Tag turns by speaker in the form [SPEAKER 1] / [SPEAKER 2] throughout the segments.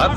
[SPEAKER 1] That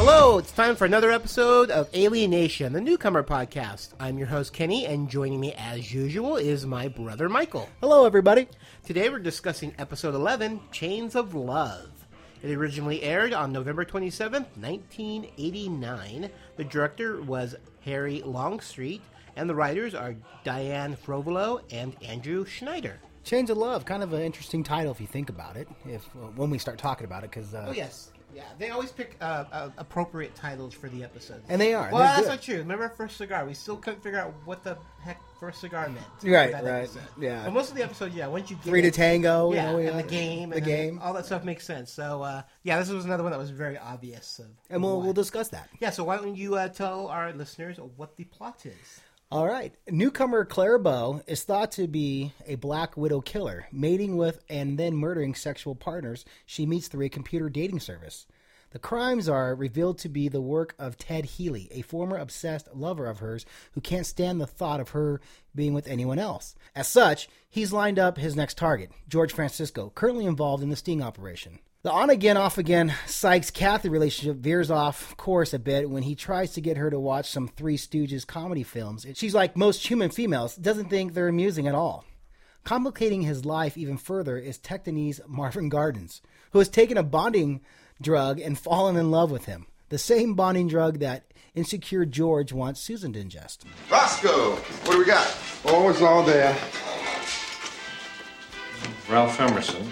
[SPEAKER 2] Hello, it's time for another episode of Alienation, the newcomer podcast. I'm your host, Kenny, and joining me as usual is my brother, Michael.
[SPEAKER 3] Hello, everybody.
[SPEAKER 2] Today we're discussing episode 11, Chains of Love. It originally aired on November 27th, 1989. The director was Harry Longstreet, and the writers are Diane Frovolo and Andrew Schneider.
[SPEAKER 3] Chains of Love, kind of an interesting title if you think about it. If uh, when we start talking about it, because uh,
[SPEAKER 2] Oh yes, yeah. They always pick uh, uh, appropriate titles for the episodes,
[SPEAKER 3] And they are,
[SPEAKER 2] Well,
[SPEAKER 3] they're
[SPEAKER 2] that's
[SPEAKER 3] good.
[SPEAKER 2] not true. Remember our first cigar? We still couldn't figure out what the heck first cigar meant.
[SPEAKER 3] Right,
[SPEAKER 2] That
[SPEAKER 3] right,
[SPEAKER 2] episode.
[SPEAKER 3] yeah.
[SPEAKER 2] But most of the episodes, yeah. Once you get
[SPEAKER 3] Three to
[SPEAKER 2] it-
[SPEAKER 3] Tango, you
[SPEAKER 2] yeah,
[SPEAKER 3] know,
[SPEAKER 2] and
[SPEAKER 3] yeah,
[SPEAKER 2] the game,
[SPEAKER 3] the
[SPEAKER 2] and
[SPEAKER 3] game.
[SPEAKER 2] all that stuff makes sense. So uh, yeah, this was another one that was very obvious. Of
[SPEAKER 3] and we'll
[SPEAKER 2] what.
[SPEAKER 3] we'll discuss that.
[SPEAKER 2] yeah. So why don't you uh, tell our listeners what the plot is?
[SPEAKER 3] All right, newcomer Claire Bow is thought to be a black widow killer, mating with and then murdering sexual partners she meets through a computer dating service. The crimes are revealed to be the work of Ted Healy, a former obsessed lover of hers who can't stand the thought of her being with anyone else. As such, he's lined up his next target, George Francisco, currently involved in the sting operation. The on again, off again Sykes Kathy relationship veers off course a bit when he tries to get her to watch some Three Stooges comedy films. She's like most human females, doesn't think they're amusing at all. Complicating his life even further is Tectonese Marvin Gardens, who has taken a bonding drug and fallen in love with him, the same bonding drug that insecure George wants Susan to ingest.
[SPEAKER 4] Roscoe, what do we got?
[SPEAKER 5] Oh, it's all there.
[SPEAKER 6] Ralph Emerson,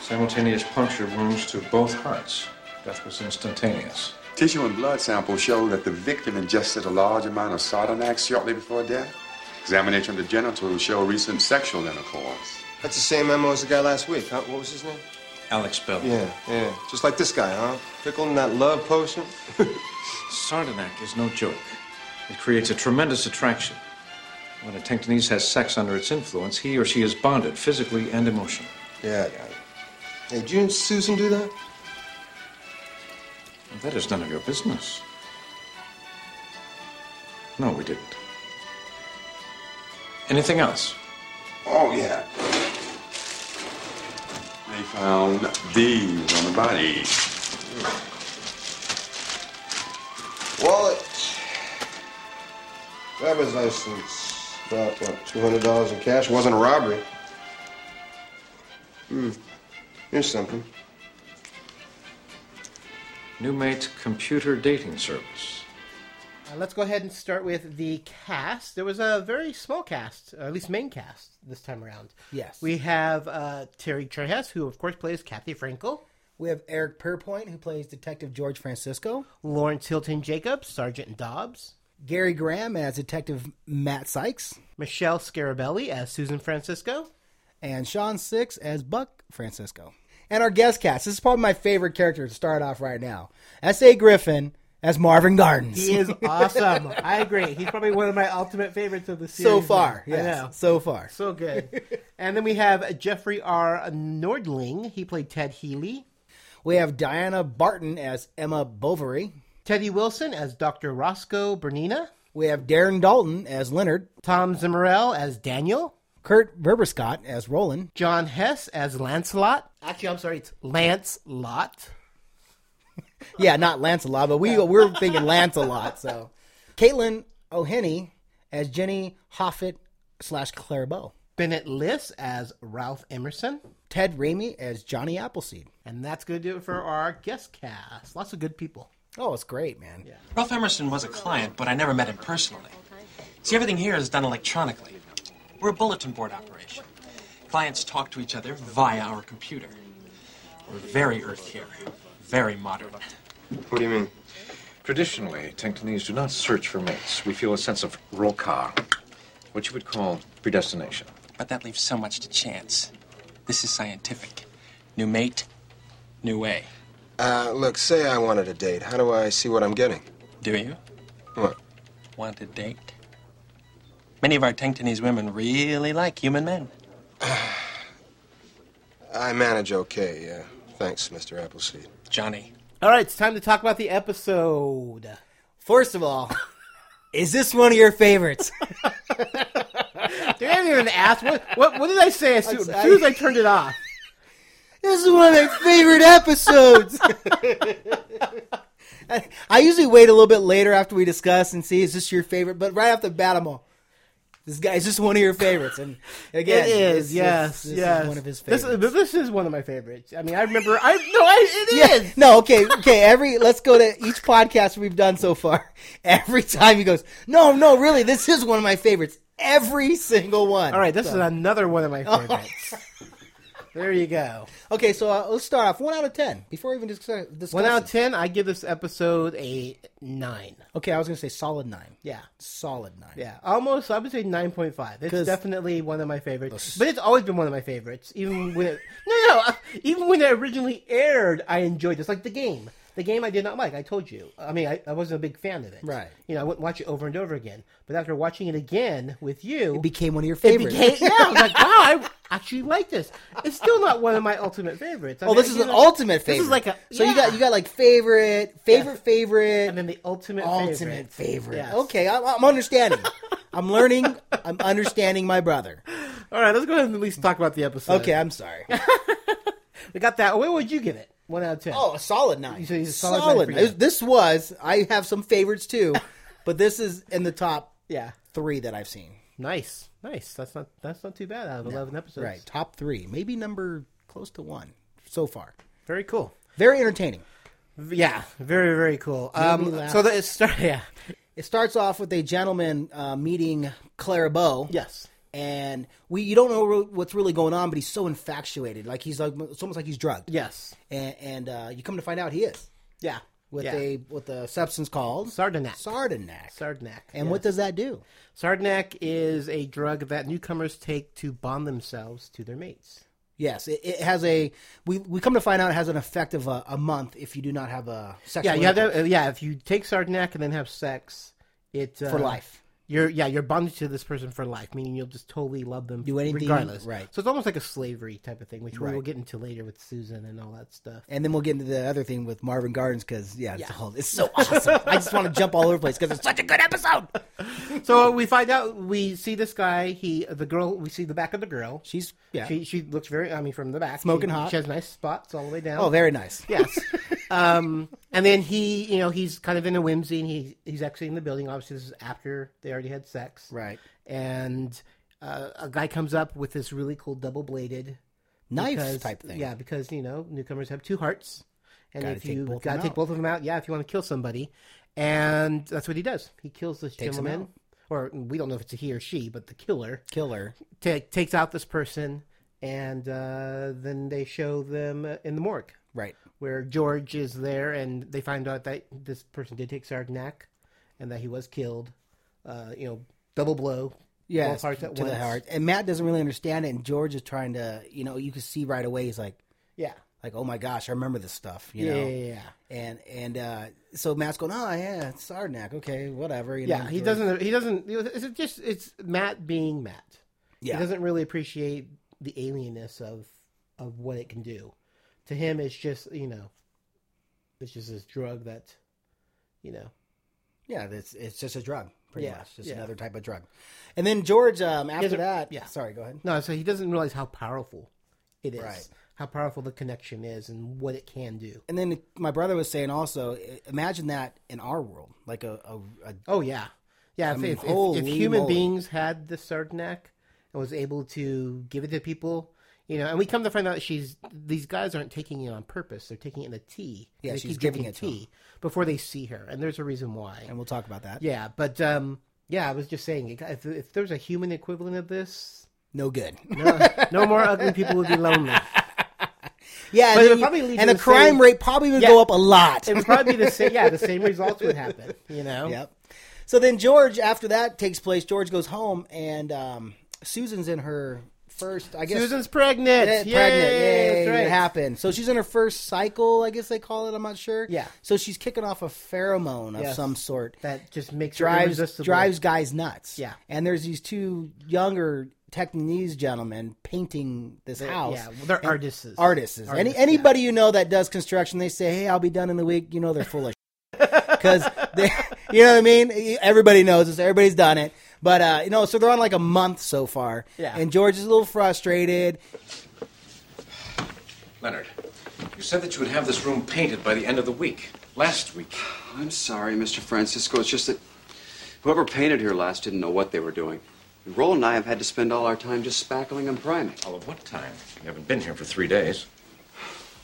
[SPEAKER 6] simultaneous puncture wounds to both hearts. Death was instantaneous.
[SPEAKER 5] Tissue and blood samples show that the victim ingested a large amount of sardonyx shortly before death. Examination of the genitals show recent sexual intercourse.
[SPEAKER 4] That's the same memo as the guy last week, huh? What was his name?
[SPEAKER 6] Alex Bell.
[SPEAKER 4] Yeah, yeah. Just like this guy, huh? Pickling that love potion?
[SPEAKER 6] Sardanac is no joke. It creates a tremendous attraction. When a Tectonese has sex under its influence, he or she is bonded physically and emotionally.
[SPEAKER 4] Yeah, I got it. Hey, did you and Susan do that?
[SPEAKER 6] And that is none of your business. No, we didn't. Anything else?
[SPEAKER 5] Oh, yeah. They found these on the body.
[SPEAKER 4] Wallet. Driver's license. About, what, $200 in cash? Wasn't a robbery. Hmm. Here's something.
[SPEAKER 6] New mate computer dating service.
[SPEAKER 2] Uh, let's go ahead and start with the cast. There was a very small cast, or at least main cast this time around.
[SPEAKER 3] Yes.
[SPEAKER 2] we have uh, Terry Trehess, who of course plays Kathy Frankel.
[SPEAKER 3] We have Eric Pierpoint, who plays Detective George Francisco,
[SPEAKER 2] Lawrence Hilton Jacobs, Sergeant Dobbs,
[SPEAKER 3] Gary Graham as Detective Matt Sykes,
[SPEAKER 2] Michelle Scarabelli as Susan Francisco.
[SPEAKER 3] and Sean Six as Buck Francisco. And our guest cast. This is probably my favorite character to start off right now. S.A. Griffin as Marvin Gardens.
[SPEAKER 2] He is awesome. I agree. He's probably one of my ultimate favorites of the series.
[SPEAKER 3] so far.
[SPEAKER 2] I know.
[SPEAKER 3] Yes. So far.
[SPEAKER 2] So good. and then we have Jeffrey R. Nordling. He played Ted Healy.
[SPEAKER 3] We have Diana Barton as Emma Bovary.
[SPEAKER 2] Teddy Wilson as Dr. Roscoe Bernina.
[SPEAKER 3] We have Darren Dalton as Leonard.
[SPEAKER 2] Tom Zimmerell as Daniel.
[SPEAKER 3] Kurt Verberscott as Roland.
[SPEAKER 2] John Hess as Lancelot. Actually, I'm sorry, it's Lance Lot.
[SPEAKER 3] Yeah, not Lancelot, but we we're thinking Lancelot. So, Caitlin O'Henny as Jenny Hoffitt slash Claire Bow.
[SPEAKER 2] Bennett Liss as Ralph Emerson.
[SPEAKER 3] Ted Ramey eh, as Johnny Appleseed.
[SPEAKER 2] And that's going to do it for our guest cast. Lots of good people.
[SPEAKER 3] Oh, it's great, man.
[SPEAKER 7] Ralph Emerson was a client, but I never met him personally. See, everything here is done electronically. We're a bulletin board operation. Clients talk to each other via our computer. We're very earth here, very modern.
[SPEAKER 4] What do you mean?
[SPEAKER 6] Traditionally, Tectonese do not search for mates. We feel a sense of roka, what you would call predestination.
[SPEAKER 7] But that leaves so much to chance. This is scientific. New mate, new way.
[SPEAKER 4] Uh, look, say I wanted a date. How do I see what I'm getting?
[SPEAKER 7] Do you
[SPEAKER 4] What?
[SPEAKER 7] want a date? Many of our Tengtonese women really like human men.
[SPEAKER 4] I manage okay, yeah. Thanks, Mr. Appleseed.
[SPEAKER 7] Johnny.
[SPEAKER 2] All right, it's time to talk about the episode.
[SPEAKER 3] First of all, is this one of your favorites?
[SPEAKER 2] Dude, I didn't even ask. What, what, what did I say as soon, as soon as I turned it off?
[SPEAKER 3] This is one of my favorite episodes. I, I usually wait a little bit later after we discuss and see is this your favorite, but right off the bat, I'm all, this guy is just one of your favorites, and again,
[SPEAKER 2] it is,
[SPEAKER 3] this-
[SPEAKER 2] yes,
[SPEAKER 3] this, this
[SPEAKER 2] yes.
[SPEAKER 3] is one of his
[SPEAKER 2] This-
[SPEAKER 3] favorites.
[SPEAKER 2] This, is one of my favorites. I mean, I remember. I no, I, it is.
[SPEAKER 3] No, okay, okay. Every let's go to each podcast we've done so far. Every time he goes, no, no, really, this is one of my favorites. Every single one.
[SPEAKER 2] All right, this is another one of my favorites. there you go.
[SPEAKER 3] Okay, so uh, let's start off one out of ten before we even discuss. discuss
[SPEAKER 2] One out of
[SPEAKER 3] it.
[SPEAKER 2] ten, I give this episode a nine.
[SPEAKER 3] Okay, I was gonna say solid nine.
[SPEAKER 2] Yeah.
[SPEAKER 3] solid nine.
[SPEAKER 2] Yeah, almost. I would say nine point five. It's
[SPEAKER 3] 'Cause-
[SPEAKER 2] definitely one of my favorites, but it's always been one of my favorites. Even when it, no, no, uh, even when it originally aired, I enjoyed this. Like the game, the game I did not like. I told you. I mean, I, I wasn't a big fan of it.
[SPEAKER 3] Right.
[SPEAKER 2] You know, I wouldn't watch it over and over again. But after watching it again with you,
[SPEAKER 3] It became one of your
[SPEAKER 2] it
[SPEAKER 3] favorites.
[SPEAKER 2] became- yeah. I was like, wow, I actually like this. It's still not one of my ultimate favorites. I
[SPEAKER 3] Oh,
[SPEAKER 2] mean,
[SPEAKER 3] this is
[SPEAKER 2] you
[SPEAKER 3] an
[SPEAKER 2] know,
[SPEAKER 3] ultimate favorite.
[SPEAKER 2] This is like a
[SPEAKER 3] so you
[SPEAKER 2] yeah.
[SPEAKER 3] got you got like favorite, favorite,
[SPEAKER 2] Yes.
[SPEAKER 3] favorite,
[SPEAKER 2] and then the ultimate
[SPEAKER 3] ultimate favorite.
[SPEAKER 2] Yes.
[SPEAKER 3] Okay, I'm, I'm understanding. I'm learning. I'm understanding my brother.
[SPEAKER 2] All right, let's go ahead and at least talk about the episode.
[SPEAKER 3] Okay, I'm sorry.
[SPEAKER 2] we got that. What would you give it? One out of ten.
[SPEAKER 3] Oh, a solid nine.
[SPEAKER 2] You said he's a solid nine for you.
[SPEAKER 3] This- This was. I have some favorites too, but this is in the top
[SPEAKER 2] yeah.
[SPEAKER 3] three that I've seen.
[SPEAKER 2] Nice, nice. That's not that's not too bad out of eleven episodes.
[SPEAKER 3] Right, top three, maybe number close to one so far.
[SPEAKER 2] Very cool.
[SPEAKER 3] Very entertaining.
[SPEAKER 2] Yeah, very very cool.
[SPEAKER 3] me
[SPEAKER 2] Um,
[SPEAKER 3] laugh.
[SPEAKER 2] so that it start. Yeah.
[SPEAKER 3] It starts off with a gentleman uh, meeting Clara Bow.
[SPEAKER 2] Yes.
[SPEAKER 3] and we you don't know re- what's really going on, but he's so infatuated, like he's like it's almost like he's drugged.
[SPEAKER 2] Yes.
[SPEAKER 3] and, and uh, you come to find out he is
[SPEAKER 2] Yeah.
[SPEAKER 3] with
[SPEAKER 2] yeah.
[SPEAKER 3] a with a substance called
[SPEAKER 2] Sardanac.
[SPEAKER 3] Sardanac.
[SPEAKER 2] Sardanac.
[SPEAKER 3] and what does that do?
[SPEAKER 2] Sardanac is a drug that newcomers take to bond themselves to their mates.
[SPEAKER 3] Yes, it, it has a. We, we come to find out it has an effect of a, a month if you do not have a sexual.
[SPEAKER 2] Yeah, you have
[SPEAKER 3] intercourse
[SPEAKER 2] to. uh, Yeah, if you take Sardanac and then have sex, it uh,
[SPEAKER 3] for life.
[SPEAKER 2] You're yeah, you're bonded to this person for life, meaning you'll just totally love them,
[SPEAKER 3] Do anything,
[SPEAKER 2] regardless.
[SPEAKER 3] right.
[SPEAKER 2] So it's almost like a slavery type of thing, which we
[SPEAKER 3] Right.
[SPEAKER 2] will get into later with Susan and all that stuff.
[SPEAKER 3] And then we'll get into the other thing with Marvin Gardens because yeah, It's, whole- it's so awesome. I just want to jump all over the place because it's such a good episode.
[SPEAKER 2] So we find out we see this guy. He the girl we see the back of the girl.
[SPEAKER 3] She's yeah.
[SPEAKER 2] She she looks very. I mean, from the back,
[SPEAKER 3] Smoking
[SPEAKER 2] she,
[SPEAKER 3] hot.
[SPEAKER 2] She has nice spots all the way down.
[SPEAKER 3] oh, very nice.
[SPEAKER 2] yes. um, and then he, you know, he's kind of in a whimsy, and he he's exiting the building. Obviously, this is after they already had sex,
[SPEAKER 3] Right.
[SPEAKER 2] And uh, a guy comes up with this really cool double bladed
[SPEAKER 3] Knife
[SPEAKER 2] because-
[SPEAKER 3] type thing.
[SPEAKER 2] Yeah, because you know newcomers have two hearts, and
[SPEAKER 3] Gotta
[SPEAKER 2] if
[SPEAKER 3] take
[SPEAKER 2] you
[SPEAKER 3] both of
[SPEAKER 2] gotta
[SPEAKER 3] them
[SPEAKER 2] take
[SPEAKER 3] out.
[SPEAKER 2] both of them out, yeah, if you want to kill somebody, and that's what he does. He kills this
[SPEAKER 3] Takes 'em
[SPEAKER 2] gentleman,
[SPEAKER 3] out.
[SPEAKER 2] or we don't know if it's a he or she, but the killer
[SPEAKER 3] Killer.
[SPEAKER 2] ta takes out this person, and uh, then they show them uh, in the morgue
[SPEAKER 3] Right.
[SPEAKER 2] where George is there, and they find out that this person did take Sardinak, and that he was killed. Uh, you know, double blow.
[SPEAKER 3] Yeah,
[SPEAKER 2] both hearts
[SPEAKER 3] to
[SPEAKER 2] at
[SPEAKER 3] the
[SPEAKER 2] once.
[SPEAKER 3] heart. And Matt doesn't really understand it, and George is trying to, you know, you can see right away. He's like,
[SPEAKER 2] Yeah.
[SPEAKER 3] like, oh my gosh, I remember this stuff. You
[SPEAKER 2] Yeah,
[SPEAKER 3] know,
[SPEAKER 2] yeah, yeah, yeah.
[SPEAKER 3] And and uh, so Matt's going, oh yeah, it's Sarnak. Okay, whatever. You
[SPEAKER 2] Yeah,
[SPEAKER 3] know,
[SPEAKER 2] he
[SPEAKER 3] George-
[SPEAKER 2] doesn't. He doesn't. It's just it's Matt being Matt.
[SPEAKER 3] Yeah.
[SPEAKER 2] He doesn't really appreciate the alienness of of what it can do. To him, it's just you know, it's just this drug that, you know,
[SPEAKER 3] Yeah, it's it's just a drug, pretty
[SPEAKER 2] Yeah,
[SPEAKER 3] much, just
[SPEAKER 2] yeah.
[SPEAKER 3] another type of drug. And then George, um, after
[SPEAKER 2] doesn't-
[SPEAKER 3] that,
[SPEAKER 2] yeah.
[SPEAKER 3] Sorry, go ahead.
[SPEAKER 2] no. So he doesn't realize how powerful it is,
[SPEAKER 3] Right.
[SPEAKER 2] how powerful the connection is, and what it can do.
[SPEAKER 3] And then my brother was saying also, i- imagine that in our world, like a, a, a
[SPEAKER 2] Oh yeah, yeah. If,
[SPEAKER 3] mean,
[SPEAKER 2] if, if,
[SPEAKER 3] holy
[SPEAKER 2] if human
[SPEAKER 3] moly.
[SPEAKER 2] beings had the Sardinak and was able to give it to people, you know, and we come to find out she's these guys aren't taking it on purpose; they're taking it in a tea.
[SPEAKER 3] Yeah,
[SPEAKER 2] They
[SPEAKER 3] she's
[SPEAKER 2] keep
[SPEAKER 3] giving
[SPEAKER 2] drinking
[SPEAKER 3] it to 'em.
[SPEAKER 2] tea before they see her, and there's a reason why.
[SPEAKER 3] and we'll talk about that.
[SPEAKER 2] yeah, but um, yeah, I was just saying, if, if there's a human equivalent of this,
[SPEAKER 3] No good.
[SPEAKER 2] no more ugly people would be lonely.
[SPEAKER 3] yeah,
[SPEAKER 2] But
[SPEAKER 3] and,
[SPEAKER 2] it'll
[SPEAKER 3] then you-
[SPEAKER 2] probably lead you
[SPEAKER 3] and the
[SPEAKER 2] to
[SPEAKER 3] crime
[SPEAKER 2] say-
[SPEAKER 3] rate probably would
[SPEAKER 2] Yeah.
[SPEAKER 3] go up a lot.
[SPEAKER 2] It would probably be the same. Yeah, the same results would happen. You know.
[SPEAKER 3] Yep. So then George, after that takes place, George goes home, and um, Susan's in her first, I guess.
[SPEAKER 2] Susan's pregnant.
[SPEAKER 3] Yeah,
[SPEAKER 2] Yay,
[SPEAKER 3] pregnant.
[SPEAKER 2] that's
[SPEAKER 3] Yay,
[SPEAKER 2] right.
[SPEAKER 3] It happened. So she's in her first cycle, I guess they call it. I'm not sure.
[SPEAKER 2] Yeah.
[SPEAKER 3] So she's kicking off a pheromone of
[SPEAKER 2] Yes.
[SPEAKER 3] some sort
[SPEAKER 2] That just makes her
[SPEAKER 3] drives
[SPEAKER 2] irresistible.
[SPEAKER 3] drives guys nuts.
[SPEAKER 2] Yeah.
[SPEAKER 3] And there's these two younger Technese gentlemen painting this house.
[SPEAKER 2] yeah, they're
[SPEAKER 3] And-
[SPEAKER 2] artists.
[SPEAKER 3] Artists. Any
[SPEAKER 2] Artists, yeah.
[SPEAKER 3] anybody you know that does construction, they say, "Hey, I'll be done in the week." You know they're full of because they, you know what I mean. Everybody knows this. Everybody's done it. But uh, you know, so they're on like a month so far.
[SPEAKER 2] Yeah.
[SPEAKER 3] And George is a little frustrated.
[SPEAKER 6] Leonard, you said that you would have this room painted by the end of the week. Last week.
[SPEAKER 8] I'm sorry, Mr. Francisco. It's just that whoever painted here last didn't know what they were doing. And Roland and I have had to spend all our time just spackling and priming.
[SPEAKER 6] All of what time? You haven't been here for three days.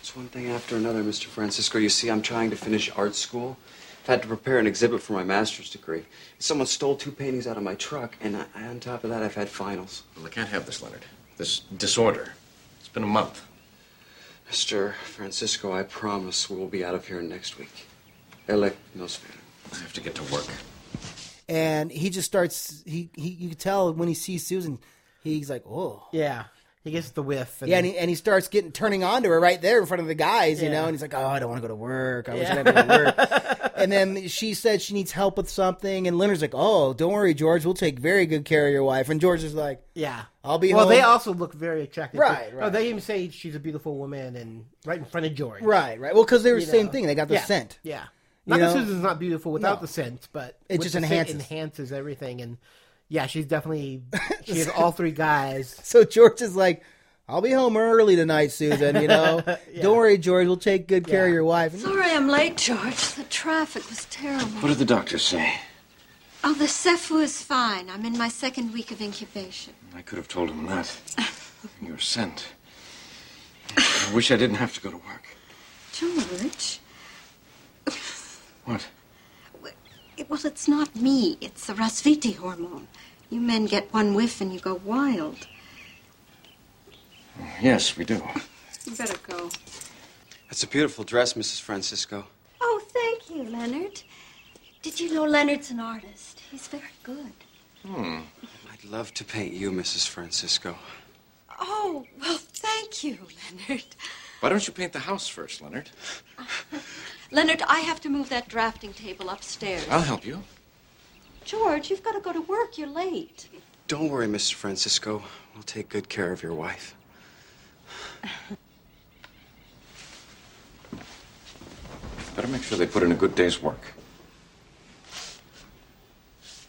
[SPEAKER 8] It's one thing after another, Mr. Francisco. You see, I'm trying to finish art school. I've had to prepare an exhibit for my master's degree. Someone stole two paintings out of my truck, and I, on top of that, I've had finals.
[SPEAKER 6] Well, I can't have this, Leonard. This disorder. It's been a month.
[SPEAKER 8] Mr. Francisco, I promise we'll be out of here next week. Elec nos vemos.
[SPEAKER 6] I have to get to work.
[SPEAKER 3] And he just starts. He, he you can tell when he sees Susan, he's like, "Whoa."
[SPEAKER 2] Yeah, he gets the whiff.
[SPEAKER 3] Yeah, and he, and he starts getting turning on to her right there in front of the guys, you
[SPEAKER 2] Yeah.
[SPEAKER 3] know. And he's like, "Oh, I don't want to go to work. I wish I didn't go to work." and then she said she needs help with something, and Leonard's like, "Oh, don't worry, George. We'll take very good care of your wife." And George is like,
[SPEAKER 2] yeah.
[SPEAKER 3] I'll be
[SPEAKER 2] Well,
[SPEAKER 3] home.
[SPEAKER 2] they also look very attractive.
[SPEAKER 3] Right,
[SPEAKER 2] too.
[SPEAKER 3] right.
[SPEAKER 2] Oh, they even say she's a beautiful woman, and right in front of George.
[SPEAKER 3] "Right, right." Well, because they were
[SPEAKER 2] you
[SPEAKER 3] the same
[SPEAKER 2] know.
[SPEAKER 3] thing. They got the
[SPEAKER 2] Yeah,
[SPEAKER 3] scent.
[SPEAKER 2] Yeah. Not that
[SPEAKER 3] know?
[SPEAKER 2] Susan's not beautiful without
[SPEAKER 3] No.
[SPEAKER 2] the scent, but
[SPEAKER 3] It
[SPEAKER 2] with
[SPEAKER 3] just
[SPEAKER 2] the scent
[SPEAKER 3] enhances.
[SPEAKER 2] enhances everything. And yeah, she's definitely she has all three guys.
[SPEAKER 3] So George is like, "I'll be home early tonight, Susan. You know, don't worry, George. We'll take good care of
[SPEAKER 2] Yeah.
[SPEAKER 3] your wife." And
[SPEAKER 9] Sorry I'm late, George. The traffic was terrible.
[SPEAKER 6] What did the doctor say?
[SPEAKER 9] Oh, the Cephu is fine. I'm in my second week of incubation.
[SPEAKER 6] I could have told him that. Your scent. I wish I didn't have to go to work.
[SPEAKER 9] George?
[SPEAKER 6] What?
[SPEAKER 9] It- well, it's not me. It's the Rasviti hormone. You men get one whiff and you go wild.
[SPEAKER 6] Yes, we do.
[SPEAKER 9] You better go.
[SPEAKER 8] That's a beautiful dress, Mrs. Francisco.
[SPEAKER 9] Oh, thank you, Leonard. Did you know Leonard's an artist? He's very good.
[SPEAKER 6] Hmm.
[SPEAKER 8] I'd love to paint you, Mrs. Francisco.
[SPEAKER 9] Oh, well, thank you, Leonard.
[SPEAKER 6] Why don't you paint the house first, Leonard?
[SPEAKER 9] Leonard, I have to move that drafting table upstairs.
[SPEAKER 6] I'll help you.
[SPEAKER 9] George, you've got to go to work. You're late.
[SPEAKER 8] Don't worry, Mr. Francisco. We'll take good care of your wife.
[SPEAKER 6] Better make sure they put in a good day's work.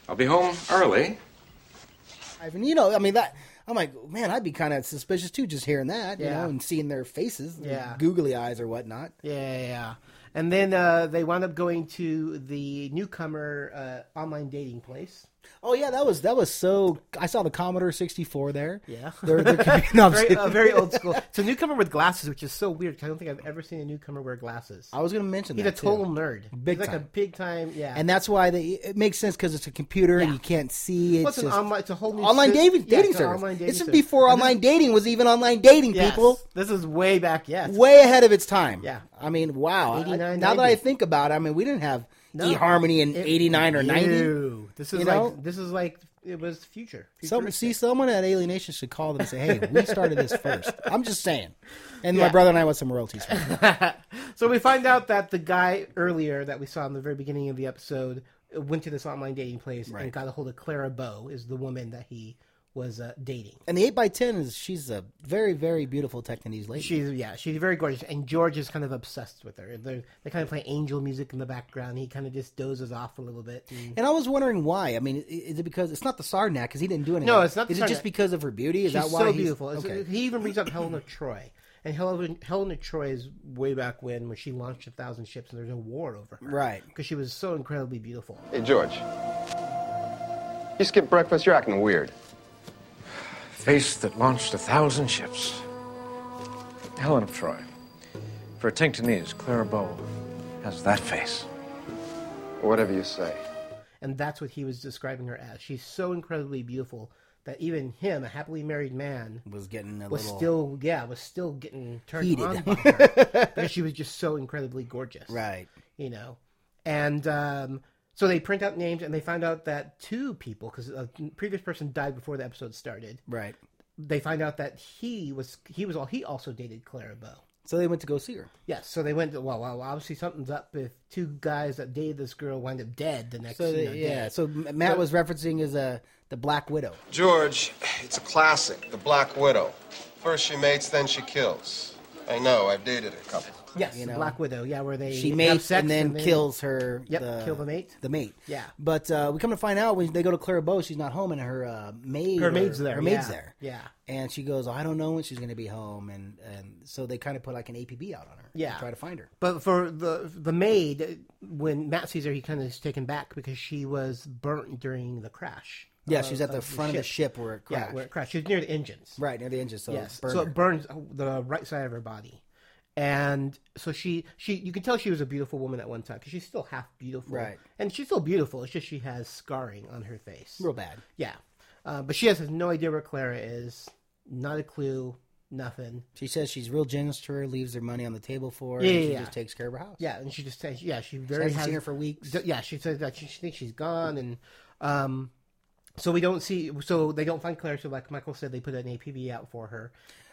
[SPEAKER 6] I'll be home early.
[SPEAKER 3] and, you know, I mean that. I'm like, man, I'd be kind of suspicious too, just hearing that, you
[SPEAKER 2] Yeah.
[SPEAKER 3] know, and seeing their faces, their
[SPEAKER 2] Yeah.
[SPEAKER 3] googly eyes or whatnot.
[SPEAKER 2] Yeah, yeah, yeah. And then uh, they wound up going to the newcomer uh, online dating place.
[SPEAKER 3] Oh yeah, that was that was so. I saw the Commodore sixty four there.
[SPEAKER 2] Yeah.
[SPEAKER 3] There- there could be- no, I'm
[SPEAKER 2] Very,
[SPEAKER 3] kidding.
[SPEAKER 2] uh, very old school. It's a newcomer with glasses, which is so weird. 'cause I don't think I've ever seen a newcomer wear glasses.
[SPEAKER 3] I was going to mention
[SPEAKER 2] He's a
[SPEAKER 3] that too.
[SPEAKER 2] total nerd.
[SPEAKER 3] Big
[SPEAKER 2] He's like a
[SPEAKER 3] time.
[SPEAKER 2] big time. Yeah.
[SPEAKER 3] and that's why they, it makes sense because it's a computer and
[SPEAKER 2] Yeah.
[SPEAKER 3] you can't see. It's
[SPEAKER 2] Well, it's an
[SPEAKER 3] just-
[SPEAKER 2] online- it's a whole new
[SPEAKER 3] online
[SPEAKER 2] sys-
[SPEAKER 3] dating,
[SPEAKER 2] yeah,
[SPEAKER 3] dating
[SPEAKER 2] it's an
[SPEAKER 3] service.
[SPEAKER 2] online dating
[SPEAKER 3] this is
[SPEAKER 2] service.
[SPEAKER 3] before
[SPEAKER 2] And
[SPEAKER 3] online dating was even online dating.
[SPEAKER 2] Yes.
[SPEAKER 3] People
[SPEAKER 2] This is way back. Yes.
[SPEAKER 3] way ahead of its time.
[SPEAKER 2] Yeah.
[SPEAKER 3] I mean, wow. I-
[SPEAKER 2] 89,
[SPEAKER 3] now that I
[SPEAKER 2] 90.
[SPEAKER 3] think about it, I mean, we didn't have
[SPEAKER 2] No.
[SPEAKER 3] eHarmony in eighty nine or ninety.
[SPEAKER 2] Ew. This is
[SPEAKER 3] You
[SPEAKER 2] like
[SPEAKER 3] know?
[SPEAKER 2] this is like it was future.
[SPEAKER 3] Some,
[SPEAKER 2] Futuristic.
[SPEAKER 3] see, someone at Alienation should call them and say, "Hey, we started this first. I'm just saying. And my
[SPEAKER 2] Yeah.
[SPEAKER 3] brother and I want some royalties. From it.
[SPEAKER 2] So we find out that the guy earlier that we saw in the very beginning of the episode went to this online dating place and got a hold of Clara Bow, is the woman that he was uh, dating.
[SPEAKER 3] And the eight x ten is she's a very, very beautiful Technese lady.
[SPEAKER 2] She's yeah, she's very gorgeous, and George is kind of obsessed with her. They're, they kind of play angel music in the background. He kind of just dozes off a little bit. and
[SPEAKER 3] And I was wondering why. I mean, i- is it because it's not the Sarnak because he didn't do anything?
[SPEAKER 2] No, it's not the
[SPEAKER 3] Is it
[SPEAKER 2] Sarnak.
[SPEAKER 3] just because of her beauty? Is
[SPEAKER 2] she's
[SPEAKER 3] that why?
[SPEAKER 2] so
[SPEAKER 3] he's-
[SPEAKER 2] beautiful. It's-
[SPEAKER 3] Okay.
[SPEAKER 2] He even brings up Helena Troy, and Helena, Helena Troy is way back when when she launched a thousand ships, and there's a war over her,
[SPEAKER 3] Right.
[SPEAKER 2] Because she was so incredibly beautiful.
[SPEAKER 10] Hey, George. You skipped breakfast, you're acting weird.
[SPEAKER 6] Face that launched a thousand ships. Helen of Troy. For a Tinctonese, Clara Bow has that face.
[SPEAKER 10] Whatever you say.
[SPEAKER 2] and that's what he was describing her as. She's so incredibly beautiful that even him, a happily married man,
[SPEAKER 3] was getting a
[SPEAKER 2] was
[SPEAKER 3] little
[SPEAKER 2] still yeah was still getting turned
[SPEAKER 3] Heated.
[SPEAKER 2] on by her because she was just so incredibly gorgeous,
[SPEAKER 3] right.
[SPEAKER 2] You know, and um, so they print out names and they find out that two people because a previous person died before the episode started.
[SPEAKER 3] Right.
[SPEAKER 2] they find out that he was he was all he also dated Clara Bow.
[SPEAKER 3] So they went to go see her.
[SPEAKER 2] Yes, so they went. To, well, well, obviously something's up if two guys that dated this girl wind up dead the next.
[SPEAKER 3] So they-
[SPEAKER 2] you know,
[SPEAKER 3] yeah.
[SPEAKER 2] day.
[SPEAKER 3] So Matt was referencing as uh, the Black Widow.
[SPEAKER 10] George, it's a classic, The Black Widow. First she mates, then she kills. I know, I've dated a couple.
[SPEAKER 2] yes,
[SPEAKER 3] you know.
[SPEAKER 2] Black Widow. Yeah, where they
[SPEAKER 3] She
[SPEAKER 2] have
[SPEAKER 3] mates
[SPEAKER 2] sex
[SPEAKER 3] and then kills her.
[SPEAKER 2] Yep, kill the mate.
[SPEAKER 3] The mate.
[SPEAKER 2] Yeah.
[SPEAKER 3] But uh, we come to find out when they go to Clara Bow, she's not home, and her uh, maid.
[SPEAKER 2] Her
[SPEAKER 3] or-
[SPEAKER 2] maid's there.
[SPEAKER 3] Her
[SPEAKER 2] yeah.
[SPEAKER 3] maid's there.
[SPEAKER 2] Yeah,
[SPEAKER 3] And she goes, I don't know when she's going to be home, and, and so they kind of put like an APB out on her. to
[SPEAKER 2] Yeah.
[SPEAKER 3] try to find her.
[SPEAKER 2] but for the the maid, when Matt sees her, he kind of is taken back because she was burnt during the crash.
[SPEAKER 3] Yeah,
[SPEAKER 2] of-
[SPEAKER 3] she's at the front of the ship where it crashed.
[SPEAKER 2] Yeah, where it crashed. She was near the engines.
[SPEAKER 3] Right near the engine, so
[SPEAKER 2] yes,
[SPEAKER 3] it burned
[SPEAKER 2] so
[SPEAKER 3] her.
[SPEAKER 2] it burns the right side of her body, and so she she you can tell she was a beautiful woman at one time because she's still half beautiful,
[SPEAKER 3] Right.
[SPEAKER 2] And she's still beautiful. It's just she has scarring on her face,
[SPEAKER 3] real bad.
[SPEAKER 2] Yeah, uh, but she has no idea where Clara is. Not a clue. Nothing.
[SPEAKER 3] She says she's real generous to her, leaves her money on the table for her,
[SPEAKER 2] Yeah,
[SPEAKER 3] and she
[SPEAKER 2] yeah,
[SPEAKER 3] just
[SPEAKER 2] yeah.
[SPEAKER 3] takes care of her house.
[SPEAKER 2] Yeah, and she just says, yeah, she
[SPEAKER 3] She
[SPEAKER 2] very
[SPEAKER 3] hasn't
[SPEAKER 2] has,
[SPEAKER 3] seen her for weeks.
[SPEAKER 2] D- yeah, she says that she, she thinks she's gone, and um, so we don't see. So they don't find Claire. So like Michael said, they put an APB out for her.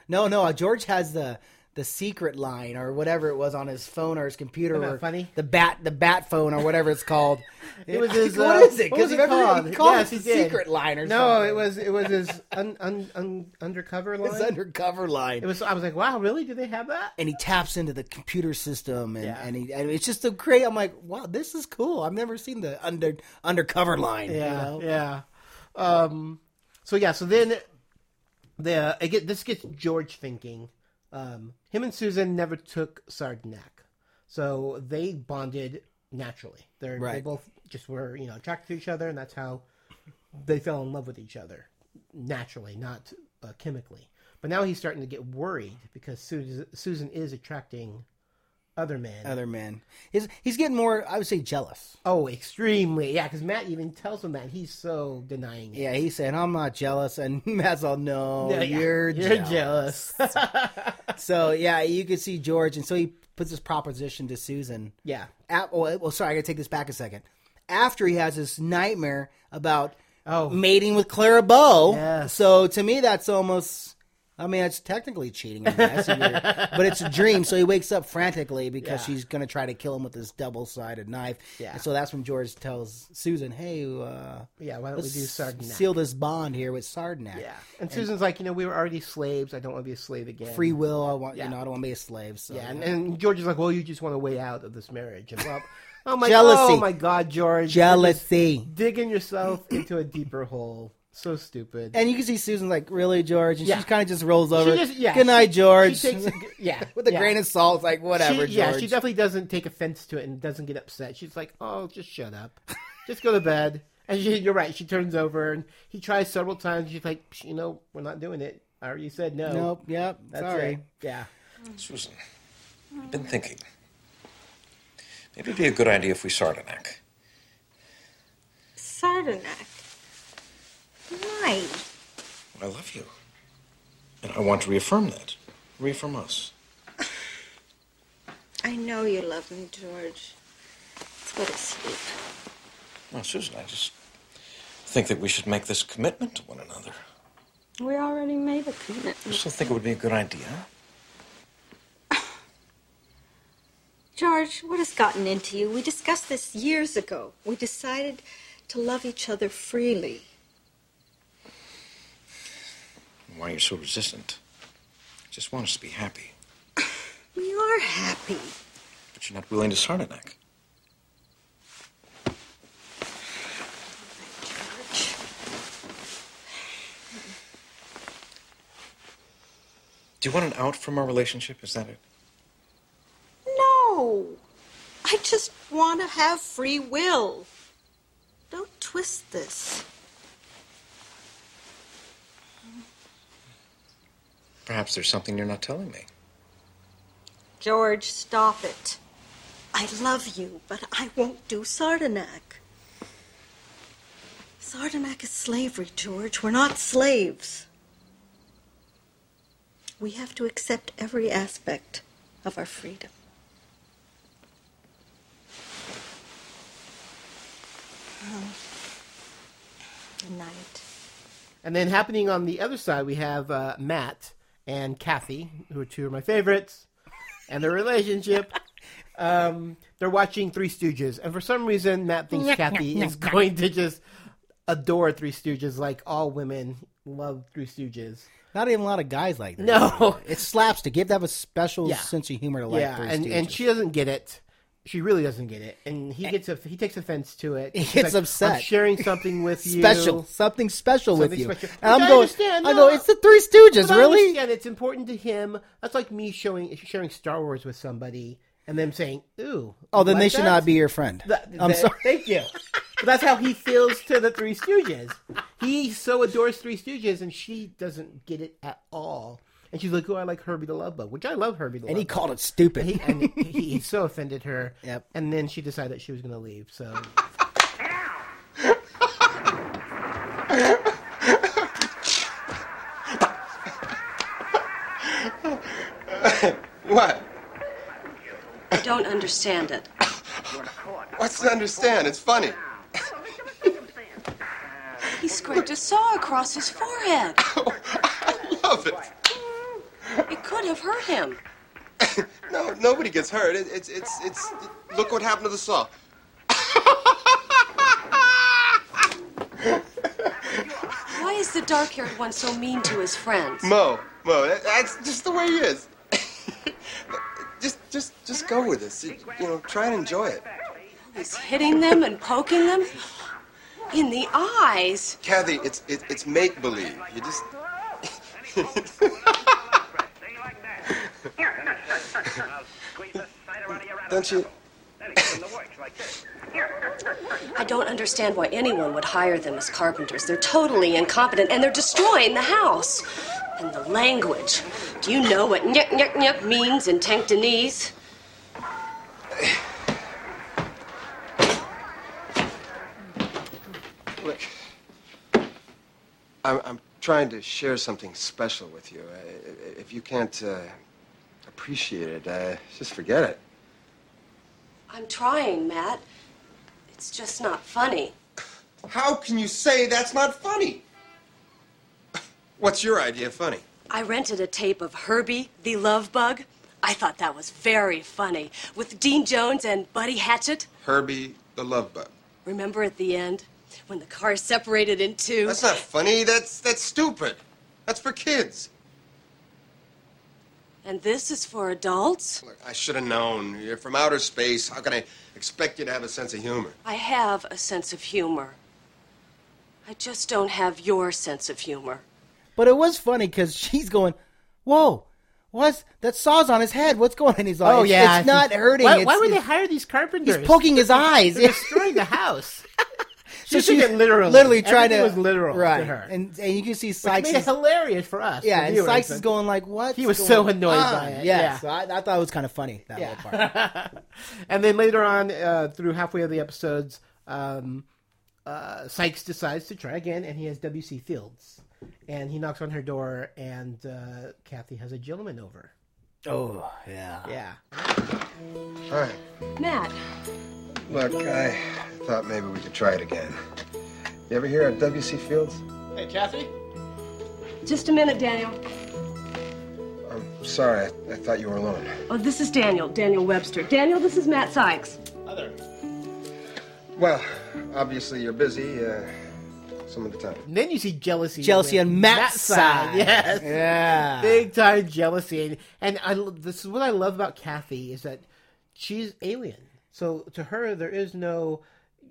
[SPEAKER 3] No, no, uh, George has the the secret line or whatever it was on his phone or his computer
[SPEAKER 2] Isn't that
[SPEAKER 3] or
[SPEAKER 2] funny?
[SPEAKER 3] the bat the bat phone or whatever it's called.
[SPEAKER 2] It was his.
[SPEAKER 3] what
[SPEAKER 2] uh,
[SPEAKER 3] is it?
[SPEAKER 2] What
[SPEAKER 3] 'Cause
[SPEAKER 2] was it
[SPEAKER 3] remember
[SPEAKER 2] called?
[SPEAKER 3] He called
[SPEAKER 2] yes,
[SPEAKER 3] it
[SPEAKER 2] he
[SPEAKER 3] the
[SPEAKER 2] did.
[SPEAKER 3] secret line or
[SPEAKER 2] no,
[SPEAKER 3] something.
[SPEAKER 2] it was it was his un, un, un, undercover line.
[SPEAKER 3] his undercover line.
[SPEAKER 2] It was. I was like, wow, really? Do they have that?
[SPEAKER 3] and he taps into the computer system and,
[SPEAKER 2] Yeah.
[SPEAKER 3] and he and it's just a great I'm like, wow, this is cool. I've never seen the under undercover line. you
[SPEAKER 2] Yeah,
[SPEAKER 3] know?
[SPEAKER 2] yeah. Um, so yeah, so then the it get, this gets George thinking. Um, him and Susan never took Sardinac, so they bonded naturally. They're, They
[SPEAKER 3] Right.
[SPEAKER 2] both just were you know attracted to each other, and that's how they fell in love with each other naturally, not uh, chemically. But now he's starting to get worried because Susan, Susan is attracting other men.
[SPEAKER 3] Other men. He's he's getting more I would say jealous.
[SPEAKER 2] oh, extremely, yeah. Because Matt even tells him that and he's so denying it.
[SPEAKER 3] Yeah, he's saying, I'm not jealous and Matt's all no,
[SPEAKER 2] Yeah, yeah.
[SPEAKER 3] you're, jealous.
[SPEAKER 2] jealous.
[SPEAKER 3] So yeah, you can see George, and so he puts this proposition to Susan.
[SPEAKER 2] yeah.
[SPEAKER 3] At, well, oh, well, sorry, I gotta take this back a second. After he has this nightmare about
[SPEAKER 2] Oh.
[SPEAKER 3] mating with Clara Bow,
[SPEAKER 2] Yes.
[SPEAKER 3] so to me that's almost. I mean, it's technically cheating, I guess, if you're- but it's a dream. So he wakes up frantically because
[SPEAKER 2] Yeah.
[SPEAKER 3] she's going to try to kill him with this double-sided knife.
[SPEAKER 2] Yeah.
[SPEAKER 3] And so that's when George tells Susan, "Hey, uh,
[SPEAKER 2] Yeah, why don't we
[SPEAKER 3] let's
[SPEAKER 2] do Sardinac?
[SPEAKER 3] seal this bond here with Sardinac?
[SPEAKER 2] Yeah. And Susan's like, you know, we were already slaves. I don't want to be a slave again.
[SPEAKER 3] Free will. I want
[SPEAKER 2] Yeah.
[SPEAKER 3] you know, I don't want to be a slave. So
[SPEAKER 2] Yeah. And, and George is like, well, you just want a way out of this marriage. And well, oh my,
[SPEAKER 3] Jealousy.
[SPEAKER 2] Oh my God, George. You're just
[SPEAKER 3] jealousy.
[SPEAKER 2] Digging yourself into a deeper hole. So stupid.
[SPEAKER 3] And you can see Susan like, really, George? And
[SPEAKER 2] Yeah.
[SPEAKER 3] she kind of just rolls over.
[SPEAKER 2] She just- yeah,
[SPEAKER 3] Good night,
[SPEAKER 2] she-
[SPEAKER 3] George.
[SPEAKER 2] she takes a g- yeah,
[SPEAKER 3] with a
[SPEAKER 2] yeah.
[SPEAKER 3] grain of salt, like whatever,
[SPEAKER 2] she,
[SPEAKER 3] George.
[SPEAKER 2] yeah, she definitely doesn't take offense to it and doesn't get upset. She's like, "Oh, just shut up, just go to bed." And she, you're right. She turns over and he tries several times. She's like, "Psh, "You know, we're not doing it. I already said no."
[SPEAKER 3] nope. Yep.
[SPEAKER 2] That's
[SPEAKER 3] sorry.
[SPEAKER 2] it. Yeah.
[SPEAKER 6] Susan, I've been thinking. Maybe it'd be a good idea if we Sardinak.
[SPEAKER 9] Sardinac. Why?
[SPEAKER 6] I love you. And I want to reaffirm that. Reaffirm us.
[SPEAKER 9] I know you love me, George. Let's go to sleep.
[SPEAKER 6] No, Susan, I just think that we should make this commitment to one another.
[SPEAKER 9] We already made a
[SPEAKER 6] You
[SPEAKER 9] commitment.
[SPEAKER 6] still think it would be a good idea?
[SPEAKER 9] George, what has gotten into you? We discussed this years ago. We decided to love each other freely.
[SPEAKER 6] Why are you so resistant? You just want us to be happy,
[SPEAKER 9] We are happy.
[SPEAKER 6] but you're not willing to Sardinak.
[SPEAKER 9] George.
[SPEAKER 6] Do you want an out from our relationship? Is that it?
[SPEAKER 9] No. I just want to have free will. Don't twist this.
[SPEAKER 6] Perhaps there's something you're not telling me.
[SPEAKER 9] George, stop it. I love you, but I won't do Sardinac. Sardinac is slavery, George. We're not slaves. We have to accept every aspect of our freedom. Um, good night.
[SPEAKER 2] And then happening on the other side, we have uh, Matt and Kathy, who are two of my favorites, and their relationship. Um, they're watching Three Stooges, and for some reason, Matt thinks
[SPEAKER 11] Nyah,
[SPEAKER 2] Kathy
[SPEAKER 11] nyah,
[SPEAKER 2] is
[SPEAKER 11] nyah, nyah.
[SPEAKER 2] going to just adore Three Stooges, like all women love Three Stooges.
[SPEAKER 3] Not even a lot of guys like that.
[SPEAKER 2] No,
[SPEAKER 3] it slaps to give that a special
[SPEAKER 2] Yeah.
[SPEAKER 3] sense of humor to like.
[SPEAKER 2] yeah,
[SPEAKER 3] Three
[SPEAKER 2] and, and
[SPEAKER 3] Stooges.
[SPEAKER 2] she doesn't get it. She really doesn't get it, and he gets a, he takes offense to it.
[SPEAKER 3] He
[SPEAKER 2] He's
[SPEAKER 3] gets
[SPEAKER 2] like, I'm
[SPEAKER 3] upset.
[SPEAKER 2] sharing something with you,
[SPEAKER 3] special something special with
[SPEAKER 2] Something
[SPEAKER 3] you.
[SPEAKER 2] special.
[SPEAKER 3] And
[SPEAKER 2] Which
[SPEAKER 3] I'm
[SPEAKER 2] I
[SPEAKER 3] going.
[SPEAKER 2] understand,
[SPEAKER 3] I
[SPEAKER 2] no.
[SPEAKER 3] go. It's the Three Stooges,
[SPEAKER 2] But I
[SPEAKER 3] really.
[SPEAKER 2] understand it's important to him. That's like me showing sharing Star Wars with somebody and them saying, "Ooh."
[SPEAKER 3] Oh, then
[SPEAKER 2] you
[SPEAKER 3] they
[SPEAKER 2] like
[SPEAKER 3] should
[SPEAKER 2] that?"
[SPEAKER 3] not be your friend.
[SPEAKER 2] That-
[SPEAKER 3] I'm
[SPEAKER 2] that-
[SPEAKER 3] sorry.
[SPEAKER 2] Thank you. But that's how he feels to the Three Stooges. He so adores Three Stooges, and she doesn't get it at all. And she's like, "Oh, I like Herbie the Love Bug," which I love Herbie the
[SPEAKER 3] And
[SPEAKER 2] Love
[SPEAKER 3] he
[SPEAKER 2] Bug.
[SPEAKER 3] called it stupid.
[SPEAKER 2] He, and he, he so offended her.
[SPEAKER 3] Yep.
[SPEAKER 2] And then she decided that she was going to leave. So
[SPEAKER 4] What?
[SPEAKER 12] I don't understand it.
[SPEAKER 4] What's to understand? It's funny.
[SPEAKER 12] He scraped a saw across his forehead.
[SPEAKER 4] Love it.
[SPEAKER 12] It could have hurt him.
[SPEAKER 4] No, nobody gets hurt. It, it's, it's, it's. Look what happened to the saw.
[SPEAKER 12] Why is the dark haired one so mean to his friends?
[SPEAKER 4] Mo, Mo, that, that's just the way he is. just, just, just go with this. You, you know, try and enjoy it.
[SPEAKER 12] He's hitting them and poking them in the eyes.
[SPEAKER 4] Kathy, it's, it, it's make believe. You just. Don't you?
[SPEAKER 12] I don't understand why anyone would hire them as carpenters. They're totally incompetent and they're destroying the house. And the language. Do you know what nyuk nyuk nyuk means in Tanktonese?
[SPEAKER 4] Look, I'm, I'm trying to share something special with you. I- If you can't uh, appreciate it, uh, just forget it.
[SPEAKER 12] I'm trying, Matt. It's just not funny.
[SPEAKER 4] How can you say that's not funny? What's your idea of funny?
[SPEAKER 12] I rented a tape of Herbie the Love Bug. I thought that was very funny with Dean Jones and Buddy Hatchet.
[SPEAKER 4] Herbie the Love Bug.
[SPEAKER 12] Remember at the end when the car separated in two?
[SPEAKER 4] That's not funny. That's that's stupid. That's for kids.
[SPEAKER 12] And this is for adults?
[SPEAKER 4] I should have known. You're from outer space. How can I expect you to have a sense of humor?
[SPEAKER 12] I have a sense of humor. I just don't have your sense of humor.
[SPEAKER 3] But it was funny because she's going, "Whoa, what's that saw's on his head? What's going?" on?" he's like,
[SPEAKER 2] Oh,
[SPEAKER 3] it's-
[SPEAKER 2] yeah.
[SPEAKER 3] it's not hurting."
[SPEAKER 2] Why-
[SPEAKER 3] It's-
[SPEAKER 2] why would they
[SPEAKER 3] it's-
[SPEAKER 2] hire these carpenters?
[SPEAKER 3] He's poking his eyes.
[SPEAKER 2] They're destroying the house.
[SPEAKER 3] So
[SPEAKER 2] She took it literally.
[SPEAKER 3] literally trying
[SPEAKER 2] Everything
[SPEAKER 3] to
[SPEAKER 2] was literal to
[SPEAKER 3] right?
[SPEAKER 2] her.
[SPEAKER 3] And and you can see
[SPEAKER 2] which
[SPEAKER 3] Sykes.
[SPEAKER 2] made it
[SPEAKER 3] is-
[SPEAKER 2] hilarious for us.
[SPEAKER 3] yeah,
[SPEAKER 2] the
[SPEAKER 3] and
[SPEAKER 2] viewers,
[SPEAKER 3] Sykes is
[SPEAKER 2] but-
[SPEAKER 3] going like, "What?"
[SPEAKER 2] He was so annoyed by it.
[SPEAKER 3] Yeah,
[SPEAKER 2] Yeah.
[SPEAKER 3] so I, I thought it was kind of funny that
[SPEAKER 2] Yeah.
[SPEAKER 3] little part.
[SPEAKER 2] and then later on, uh, through halfway of the episodes, um, uh, Sykes decides to try again, and he has W.C. Fields, and he knocks on her door, and uh, Kathy has a gentleman over.
[SPEAKER 3] Oh yeah,
[SPEAKER 2] yeah.
[SPEAKER 4] All right.
[SPEAKER 12] Matt,
[SPEAKER 4] Look, I thought maybe we could try it again. You ever hear of W.C. Fields?
[SPEAKER 2] Hey, Kathy.
[SPEAKER 12] just a minute, Daniel.
[SPEAKER 4] I'm sorry. I, I thought you were alone.
[SPEAKER 12] Oh, this is Daniel, Daniel Webster. Daniel, this is Matt Sykes.
[SPEAKER 2] Other.
[SPEAKER 4] Well, obviously you're busy. Uh, some of the time.
[SPEAKER 2] And then you see jealousy.
[SPEAKER 3] Jealousy
[SPEAKER 2] with
[SPEAKER 3] on Matt's side.
[SPEAKER 2] Yes.
[SPEAKER 3] Yeah.
[SPEAKER 2] Big time jealousy. And, and I, lo- this is what I love about Kathy is that she's alien. So to her, there is no,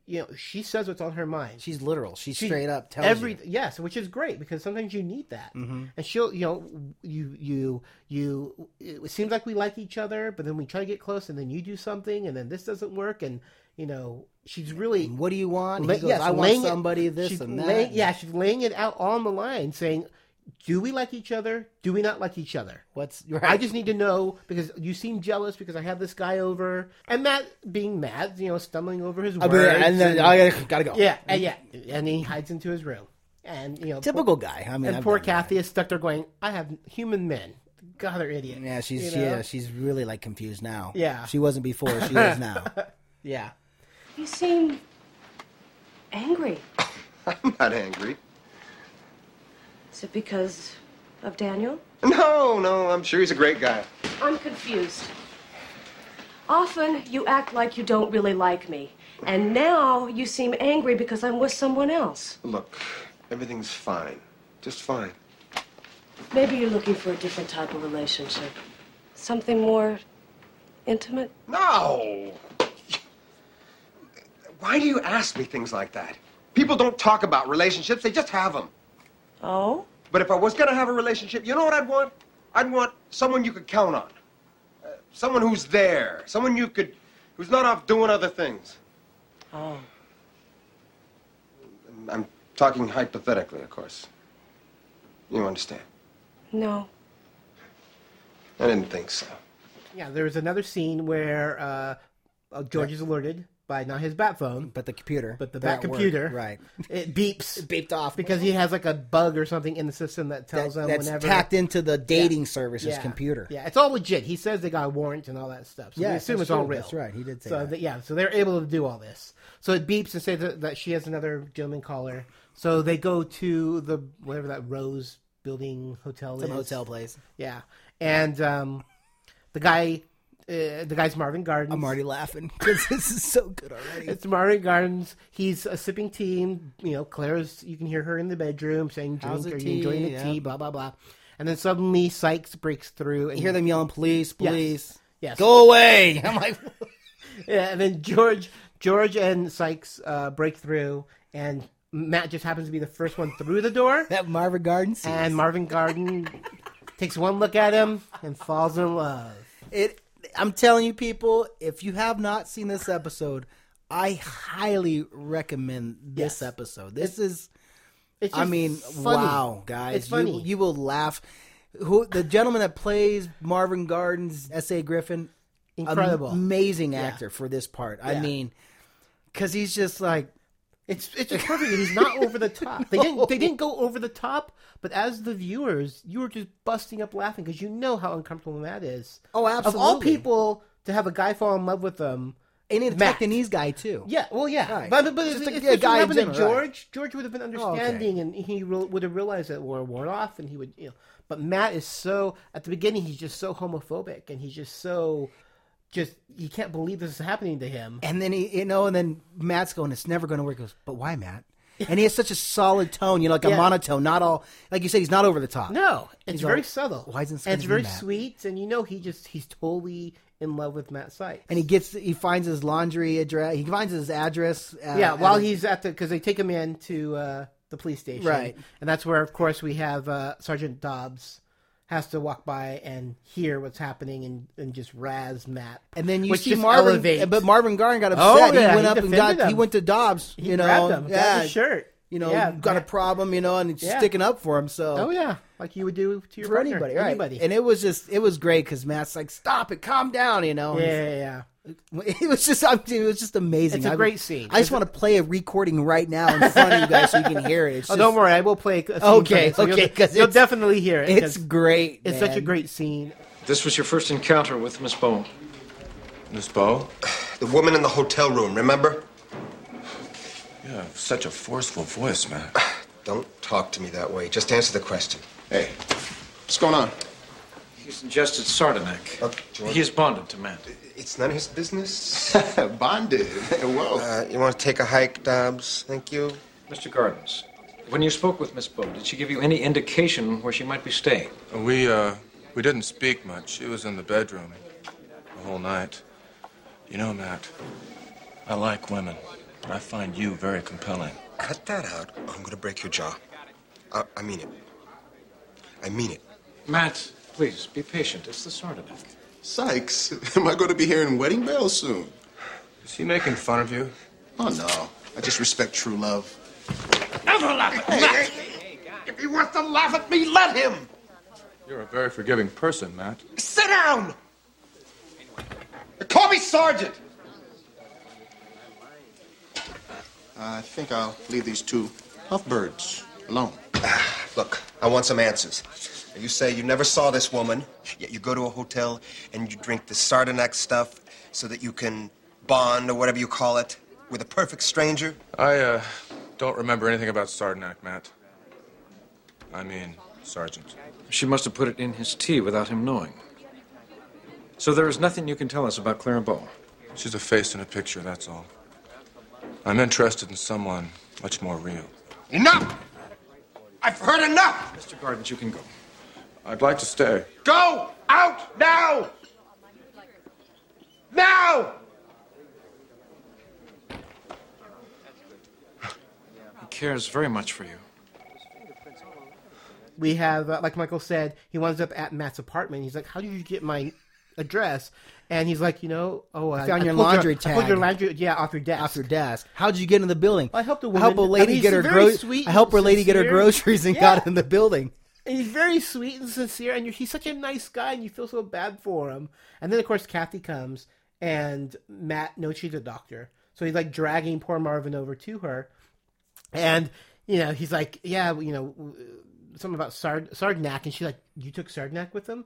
[SPEAKER 2] you know, she says what's on her mind.
[SPEAKER 3] She's literal. She
[SPEAKER 2] She-
[SPEAKER 3] straight up tells
[SPEAKER 2] every,
[SPEAKER 3] you.
[SPEAKER 2] Yes, which is great because sometimes you need that.
[SPEAKER 3] Mhm.
[SPEAKER 2] And she'll, you know, you, you, you, it seems like we like each other, but then we try to get close and then you do something and then this doesn't work. And, you know, she's really.
[SPEAKER 3] What do you want?
[SPEAKER 2] La-
[SPEAKER 3] he goes,
[SPEAKER 2] yes,
[SPEAKER 3] I
[SPEAKER 2] laying
[SPEAKER 3] want
[SPEAKER 2] it-
[SPEAKER 3] somebody this
[SPEAKER 2] she's
[SPEAKER 3] and that.
[SPEAKER 2] laying- yeah, she's laying it out on the line, saying, "Do we like each other? Do we not like each other?"
[SPEAKER 3] What's
[SPEAKER 2] I just need to know because you seem jealous because I have this guy over, and Matt being mad, you know, stumbling over his
[SPEAKER 3] I'll
[SPEAKER 2] words,
[SPEAKER 3] be there, and then I gotta, gotta go.
[SPEAKER 2] yeah, and yeah, and he hides into his room, and you know,
[SPEAKER 3] Typical guy. I mean,
[SPEAKER 2] and
[SPEAKER 3] I've
[SPEAKER 2] poor
[SPEAKER 3] done
[SPEAKER 2] Kathy is stuck there going, "I have human men, God, they're idiots."
[SPEAKER 3] Yeah, she's
[SPEAKER 2] you
[SPEAKER 3] she,
[SPEAKER 2] know?
[SPEAKER 3] yeah, she's really like confused now.
[SPEAKER 2] Yeah.
[SPEAKER 3] she wasn't before. She is now.
[SPEAKER 2] yeah.
[SPEAKER 12] You seem angry.
[SPEAKER 4] I'm not angry.
[SPEAKER 12] Is it because of Daniel?
[SPEAKER 4] No, no, I'm sure he's a great guy.
[SPEAKER 12] I'm confused. Often you act like you don't really like me, and now you seem angry because I'm with someone else.
[SPEAKER 4] Look, everything's fine. Just fine.
[SPEAKER 12] Maybe you're looking for a different type of relationship. Something more intimate?
[SPEAKER 4] No! Why do you ask me things like that? People don't talk about relationships, they just have them.
[SPEAKER 12] Oh?
[SPEAKER 4] But if I was gonna have a relationship, you know what I'd want? I'd want someone you could count on. Uh, someone who's there. Someone you could. who's not off doing other things.
[SPEAKER 12] Oh.
[SPEAKER 4] I'm talking hypothetically, of course. You understand.
[SPEAKER 12] No.
[SPEAKER 4] I didn't think so.
[SPEAKER 2] Yeah, there was another scene where uh, uh, George is alerted by not his bat phone,
[SPEAKER 3] but the computer,
[SPEAKER 2] but the
[SPEAKER 3] They're
[SPEAKER 2] bat
[SPEAKER 3] at work,
[SPEAKER 2] computer,
[SPEAKER 3] right.
[SPEAKER 2] It beeps,
[SPEAKER 3] It beeped off.
[SPEAKER 2] because he has like a bug or something in the system that tells
[SPEAKER 3] That-
[SPEAKER 2] him
[SPEAKER 3] that's
[SPEAKER 2] whenever
[SPEAKER 3] tacked into the dating services
[SPEAKER 2] Yeah.
[SPEAKER 3] computer.
[SPEAKER 2] Yeah, it's all legit. He says they got a warrant and all that stuff, so we
[SPEAKER 3] Yes,
[SPEAKER 2] assume
[SPEAKER 3] that's
[SPEAKER 2] it's all
[SPEAKER 3] true.
[SPEAKER 2] real.
[SPEAKER 3] That's right. He did say
[SPEAKER 2] so
[SPEAKER 3] that.
[SPEAKER 2] th- yeah, so they're able to do all this. So it beeps and says that, that she has another gentleman caller. So they go to the whatever that Rose Building Hotel
[SPEAKER 3] Some
[SPEAKER 2] is.
[SPEAKER 3] hotel place.
[SPEAKER 2] Yeah, and um, the guy, uh, the guy's Marvin Gardens.
[SPEAKER 3] I'm already laughing because this is so good already.
[SPEAKER 2] It's Marvin Gardens. He's uh, sipping tea, and you know Claire's. You can hear her in the bedroom saying,
[SPEAKER 3] How's
[SPEAKER 2] "Drink, are
[SPEAKER 3] the
[SPEAKER 2] you enjoying the
[SPEAKER 3] tea?"
[SPEAKER 2] tea?"
[SPEAKER 3] Yeah.
[SPEAKER 2] Blah blah blah. And then suddenly Sykes breaks through, and
[SPEAKER 3] You hear them yelling, "Police,
[SPEAKER 2] Yes.
[SPEAKER 3] police,
[SPEAKER 2] Yes.
[SPEAKER 3] go away!" I'm like,
[SPEAKER 2] yeah, and then George, George and Sykes uh, break through, and Matt just happens to be the first one through the door.
[SPEAKER 3] that Marvin Garden scene.
[SPEAKER 2] And Marvin Garden takes one look at him and falls in love.
[SPEAKER 3] It. I'm telling you, people, if you have not seen this episode, I highly recommend
[SPEAKER 2] Yes.
[SPEAKER 3] this episode. This is.
[SPEAKER 2] It's
[SPEAKER 3] I
[SPEAKER 2] just
[SPEAKER 3] mean,
[SPEAKER 2] funny.
[SPEAKER 3] wow, guys!
[SPEAKER 2] it's funny.
[SPEAKER 3] You, you will laugh. Who the gentleman that plays Marvin Gardens, S.A. Griffin, am-
[SPEAKER 2] Incredible.
[SPEAKER 3] amazing actor for this part. I mean, because he's just like
[SPEAKER 2] It's it's just perfect. He's not over the top. They didn't they didn't go over the top, but as the viewers, you were just busting up laughing because you know how uncomfortable Matt is.
[SPEAKER 3] Oh,
[SPEAKER 2] Of all
[SPEAKER 3] absolutely.
[SPEAKER 2] people to have a guy fall in love with them.
[SPEAKER 3] and a
[SPEAKER 2] Matt.
[SPEAKER 3] Taiwanese guy too.
[SPEAKER 2] Yeah, well, yeah,
[SPEAKER 3] Right.
[SPEAKER 2] but but
[SPEAKER 3] Just
[SPEAKER 2] if,
[SPEAKER 3] a-
[SPEAKER 2] if
[SPEAKER 3] a
[SPEAKER 2] this
[SPEAKER 3] guy in
[SPEAKER 2] happened to
[SPEAKER 3] general,
[SPEAKER 2] George,
[SPEAKER 3] right. Oh,
[SPEAKER 2] George would have been
[SPEAKER 3] okay.
[SPEAKER 2] understanding, and he re- would have realized that war wore off, and he would, you know. But Matt is so at the beginning, he's just so homophobic, and he's just so, just he can't believe this is happening to him.
[SPEAKER 3] And then he, you know, and then Matt's going, "It's never going to work." He goes, "But why, Matt?" And he has such a solid tone, you know, like
[SPEAKER 2] Yeah.
[SPEAKER 3] a monotone, not all like you said. He's not over the top.
[SPEAKER 2] No, it's
[SPEAKER 3] He's
[SPEAKER 2] very
[SPEAKER 3] like,
[SPEAKER 2] subtle.
[SPEAKER 3] "Why isn't this
[SPEAKER 2] and it's
[SPEAKER 3] gonna
[SPEAKER 2] very
[SPEAKER 3] be Matt?"
[SPEAKER 2] sweet, and you know he just he's totally in love with Matt Sykes.
[SPEAKER 3] And he gets, he finds his laundry address. He finds his address. uh,
[SPEAKER 2] yeah, while
[SPEAKER 3] at a-
[SPEAKER 2] he's at the because they take him in to uh, the police station,
[SPEAKER 3] Right.
[SPEAKER 2] And that's where, of course, we have uh, Sergeant Dobbs has to walk by and hear what's happening and, and just razz Matt.
[SPEAKER 3] And then you
[SPEAKER 2] which
[SPEAKER 3] see
[SPEAKER 2] just
[SPEAKER 3] Marvin,
[SPEAKER 2] elevates.
[SPEAKER 3] but Marvin Garden got
[SPEAKER 2] Oh,
[SPEAKER 3] upset.
[SPEAKER 2] yeah,
[SPEAKER 3] he went
[SPEAKER 2] he
[SPEAKER 3] up and
[SPEAKER 2] defended
[SPEAKER 3] got, he
[SPEAKER 2] him.
[SPEAKER 3] went to Dobbs.
[SPEAKER 2] he
[SPEAKER 3] you know,
[SPEAKER 2] grabbed him, grabbed
[SPEAKER 3] yeah,
[SPEAKER 2] his shirt.
[SPEAKER 3] You know,
[SPEAKER 2] yeah,
[SPEAKER 3] got a problem. You know, and
[SPEAKER 2] Yeah.
[SPEAKER 3] sticking up for him. So
[SPEAKER 2] Oh yeah, like you would do to your
[SPEAKER 3] for
[SPEAKER 2] partner,
[SPEAKER 3] anybody, right?
[SPEAKER 2] Anybody.
[SPEAKER 3] And it was just, it was great because Matt's like, "Stop it, calm down," you know.
[SPEAKER 2] yeah, yeah, yeah.
[SPEAKER 3] It was just, I'm- it was just amazing.
[SPEAKER 2] It's a
[SPEAKER 3] I-
[SPEAKER 2] great scene.
[SPEAKER 3] I just
[SPEAKER 2] It's-
[SPEAKER 3] want to play a recording right now in front of you guys so you can hear it. It's
[SPEAKER 2] Oh,
[SPEAKER 3] just-
[SPEAKER 2] don't worry, I will play. A scene from
[SPEAKER 3] Okay,
[SPEAKER 2] it, so
[SPEAKER 3] okay,
[SPEAKER 2] you'll,
[SPEAKER 3] 'cause
[SPEAKER 2] you'll
[SPEAKER 3] it's-
[SPEAKER 2] definitely hear it.
[SPEAKER 3] It's
[SPEAKER 2] 'cause
[SPEAKER 3] great.
[SPEAKER 2] It's such a
[SPEAKER 3] man.
[SPEAKER 2] great scene.
[SPEAKER 6] This was your first encounter with Miss Bowen.
[SPEAKER 13] Miss Bow?
[SPEAKER 4] The woman in the hotel room, remember?
[SPEAKER 13] Yeah, such a forceful voice, man.
[SPEAKER 4] Don't talk to me that way. Just answer the question.
[SPEAKER 13] Hey, what's going on?
[SPEAKER 6] He's ingested sardonic.
[SPEAKER 4] Okay, Oh, George.
[SPEAKER 6] He is bonded to Matt.
[SPEAKER 4] It's none of his business.
[SPEAKER 13] Bonded. Whoa.
[SPEAKER 4] Uh, you want to take a hike, Dobbs? Thank you.
[SPEAKER 6] Mr. Gardens, when you spoke with Miss Bowen, did she give you any indication where she might be staying?
[SPEAKER 13] We, uh, we didn't speak much. She was in the bedroom the whole night. You know, Matt, I like women, but I find you very compelling.
[SPEAKER 4] Cut that out. or I'm going to break your jaw. Uh, I, I mean it. I mean it.
[SPEAKER 6] Matt, please be patient. It's the sardonic.
[SPEAKER 13] Sykes, am I going to be hearing wedding bells soon?
[SPEAKER 4] Is he making fun of you?
[SPEAKER 13] Oh, no. I just respect true love.
[SPEAKER 4] If he wants to laugh at me, let him.
[SPEAKER 13] You're a very forgiving person, Matt.
[SPEAKER 4] Sit down. Call me sergeant.
[SPEAKER 13] I think I'll leave these two huffbirds alone.
[SPEAKER 4] Look, I want some answers. You say you never saw this woman, yet you go to a hotel and you drink the Sardinac stuff so that you can bond or whatever you call it with a perfect stranger.
[SPEAKER 13] I uh, don't remember anything about Sardinak, Matt. I mean, Sergeant.
[SPEAKER 6] She must have put it in his tea without him knowing. So there is nothing you can tell us about Clermont.
[SPEAKER 13] She's a face in a picture, that's all. I'm interested in someone much more real.
[SPEAKER 10] Enough! I've heard enough!
[SPEAKER 6] Mr. Gardens, you can go.
[SPEAKER 13] I'd like to stay.
[SPEAKER 10] Go out now! Now!
[SPEAKER 6] He cares very much for you.
[SPEAKER 2] we have, uh, like Michael said, he winds up at Matt's apartment. He's like, "How did you get my address?" And he's like, "You know, oh,
[SPEAKER 3] I found your
[SPEAKER 2] pulled
[SPEAKER 3] laundry
[SPEAKER 2] I pulled
[SPEAKER 3] tag."
[SPEAKER 2] your laundry, yeah, off your desk. Off your
[SPEAKER 3] desk. How did you get into the building?
[SPEAKER 2] I helped a
[SPEAKER 3] I
[SPEAKER 2] woman.
[SPEAKER 3] help a lady
[SPEAKER 2] I mean, he's
[SPEAKER 3] get her
[SPEAKER 2] very
[SPEAKER 3] gro-
[SPEAKER 2] sweet
[SPEAKER 3] I help her
[SPEAKER 2] and
[SPEAKER 3] lady get her
[SPEAKER 2] sincere.
[SPEAKER 3] groceries and
[SPEAKER 2] Yeah.
[SPEAKER 3] got in the building.
[SPEAKER 2] And he's very sweet and sincere, and you're, he's such a nice guy, and you feel so bad for him. And then, of course, Kathy comes, and Matt knows she's a doctor, so he's like dragging poor Marvin over to her, and you know he's like, yeah, you know, w- something about Sard- Sardinac, and she's like, you took Sardinac with him.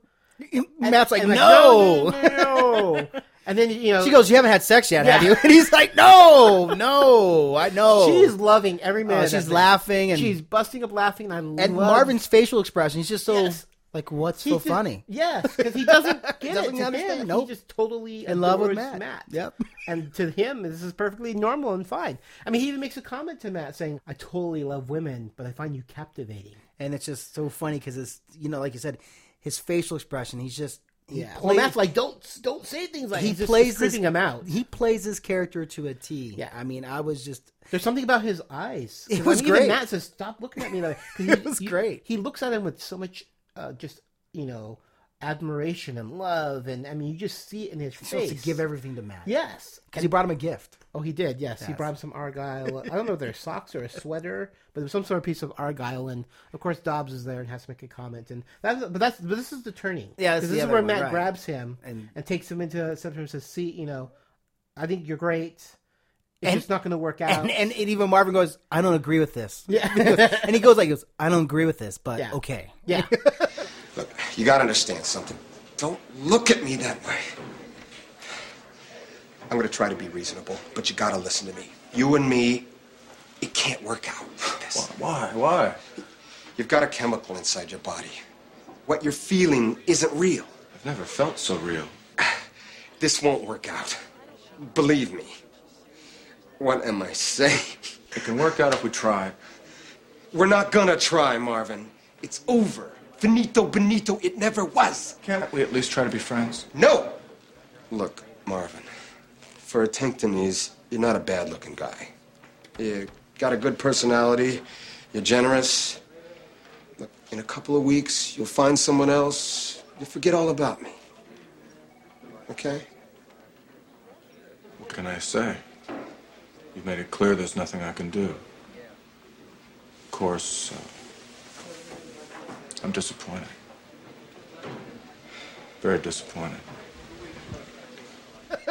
[SPEAKER 3] Matt's like,
[SPEAKER 2] and
[SPEAKER 3] no.
[SPEAKER 2] no, no, no." and then you know
[SPEAKER 3] She goes, "You haven't had sex yet, have
[SPEAKER 2] Yeah.
[SPEAKER 3] you?" And he's like, "No, no, I know."
[SPEAKER 2] She's loving every minute.
[SPEAKER 3] Oh,
[SPEAKER 2] of
[SPEAKER 3] she's
[SPEAKER 2] it.
[SPEAKER 3] laughing and-
[SPEAKER 2] she's busting up laughing. And I
[SPEAKER 3] and
[SPEAKER 2] love-
[SPEAKER 3] Marvin's facial expression. He's just so like, "What's
[SPEAKER 2] He
[SPEAKER 3] so
[SPEAKER 2] just-
[SPEAKER 3] funny?"
[SPEAKER 2] Yes, because he doesn't get
[SPEAKER 3] Doesn't
[SPEAKER 2] it. To
[SPEAKER 3] understand,
[SPEAKER 2] him,
[SPEAKER 3] nope.
[SPEAKER 2] he just totally
[SPEAKER 3] In love with
[SPEAKER 2] adores
[SPEAKER 3] Matt.
[SPEAKER 2] Yep. and to him, this is perfectly normal and fine. I mean, he even makes a comment to Matt saying, "I totally love women, but I find you captivating."
[SPEAKER 3] And it's just so funny because it's you know, like you said, his facial expression. He's just he
[SPEAKER 2] Yeah. Well,
[SPEAKER 3] plays-
[SPEAKER 2] Matt's like, "Don't, don't say things like."
[SPEAKER 3] he
[SPEAKER 2] he's just
[SPEAKER 3] plays this,
[SPEAKER 2] creeping him out.
[SPEAKER 3] He plays his character to a T. Yeah, I mean, I was just
[SPEAKER 2] There's something about his eyes.
[SPEAKER 3] It
[SPEAKER 2] 'Cause,
[SPEAKER 3] was
[SPEAKER 2] I mean, even
[SPEAKER 3] great.
[SPEAKER 2] Matt says, "Stop looking at me like." 'cause He, it was great. He looks at him with so much, uh, just you know, admiration and love, and I mean, you just see it in his
[SPEAKER 3] He's
[SPEAKER 2] face.
[SPEAKER 3] supposed to give everything to Matt.
[SPEAKER 2] Yes,
[SPEAKER 3] because he brought him a gift.
[SPEAKER 2] Oh, he did. Yes, he
[SPEAKER 3] Yes.
[SPEAKER 2] brought him some argyle. I don't know if they're socks or a sweater, but there was some sort of piece of argyle, and of course Dobbs is there and has to make a comment. And that's but that's but this is the turning.
[SPEAKER 3] Yeah, that's
[SPEAKER 2] 'Cause
[SPEAKER 3] the
[SPEAKER 2] this is
[SPEAKER 3] other
[SPEAKER 2] where
[SPEAKER 3] one,
[SPEAKER 2] Matt
[SPEAKER 3] right.
[SPEAKER 2] grabs him and,
[SPEAKER 3] And-
[SPEAKER 2] takes him into a center and says, "See, you know, I think you're great. It's
[SPEAKER 3] And-
[SPEAKER 2] just not going to work out."
[SPEAKER 3] And, and and even Marvin goes, "I don't agree with this."
[SPEAKER 2] Yeah.
[SPEAKER 3] and he goes like, he goes, "I don't agree with this, but
[SPEAKER 2] Yeah.
[SPEAKER 3] okay."
[SPEAKER 2] yeah.
[SPEAKER 4] You gotta understand something. Don't look at me that way. I'm gonna try to be reasonable, but you gotta listen to me. You and me, it can't work out.
[SPEAKER 13] Why? Why?
[SPEAKER 4] You've got a chemical inside your body. What you're feeling isn't real.
[SPEAKER 13] I've never felt so real.
[SPEAKER 4] This won't work out. Believe me. What am I saying?
[SPEAKER 13] It can work out if we try.
[SPEAKER 4] We're not gonna try, Marvin. It's over. Finito benito, it never was.
[SPEAKER 13] Can't we at least try to be friends?
[SPEAKER 4] No! Look, Marvin, for a Tinctonese, you're not a bad looking guy. You got a good personality, you're generous. Look, in a couple of weeks, you'll find someone else, you'll forget all about me. Okay?
[SPEAKER 13] What can I say? You've made it clear there's nothing I can do. Of course, uh, I'm disappointed. Very disappointed.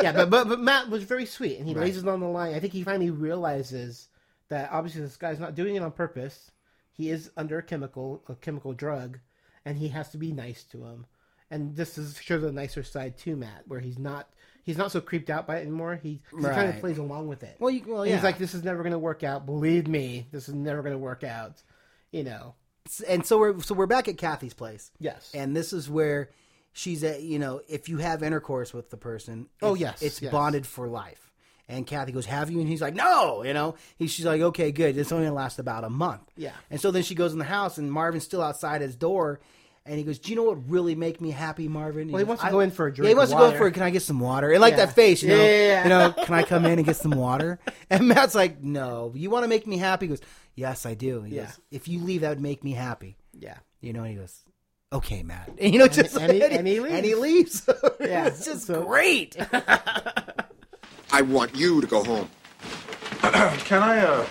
[SPEAKER 2] yeah, but, but but Matt was very sweet, and he lays it on the line. I think he finally realizes that obviously this guy's not doing it on purpose. He is under a chemical a chemical drug, and he has to be nice to him. And this is sure the nicer side to Matt, where he's not he's not so creeped out by it anymore. He, 'cause he kind of
[SPEAKER 3] Right.
[SPEAKER 2] plays along with it.
[SPEAKER 3] Well, you- well,
[SPEAKER 2] And
[SPEAKER 3] yeah.
[SPEAKER 2] he's like, "This is never going to work out. Believe me, this is never going to work out." You know,
[SPEAKER 3] and so we're so we're back at Kathy's place.
[SPEAKER 2] Yes.
[SPEAKER 3] and this is where she's at. You know, if you have intercourse with the person,
[SPEAKER 2] Oh,
[SPEAKER 3] it's-
[SPEAKER 2] yes,
[SPEAKER 3] it's
[SPEAKER 2] yes.
[SPEAKER 3] bonded for life. And Kathy goes, "Have you?" And he's like, "No." You know, he, she's like, "Okay, good. It's only gonna last about a month."
[SPEAKER 2] Yeah.
[SPEAKER 3] And so then she goes in the house, and Marvin's still outside his door. And he goes, "Do you know what really make me happy, Marvin?"
[SPEAKER 2] Well, he
[SPEAKER 3] goes,
[SPEAKER 2] wants to
[SPEAKER 3] "I-
[SPEAKER 2] go in for a
[SPEAKER 3] Yeah, he
[SPEAKER 2] drink
[SPEAKER 3] wants
[SPEAKER 2] of
[SPEAKER 3] to go
[SPEAKER 2] water."
[SPEAKER 3] for. Can I get some water? And like
[SPEAKER 2] Yeah.
[SPEAKER 3] that face, you know,
[SPEAKER 2] Yeah, yeah, yeah.
[SPEAKER 3] you know, can I come in and get some water? And Matt's like, no, you want to make me happy? He goes, yes, I do. He
[SPEAKER 2] Yeah.
[SPEAKER 3] goes, if you leave, that would make me happy.
[SPEAKER 2] yeah,
[SPEAKER 3] You know, and he goes, okay, Matt. And, you know, just
[SPEAKER 2] and, he,
[SPEAKER 3] like-
[SPEAKER 2] and he leaves.
[SPEAKER 3] And he leaves.
[SPEAKER 2] Yeah,
[SPEAKER 3] it's just
[SPEAKER 2] so-
[SPEAKER 3] great.
[SPEAKER 10] I want you to go home.
[SPEAKER 13] Can I uh,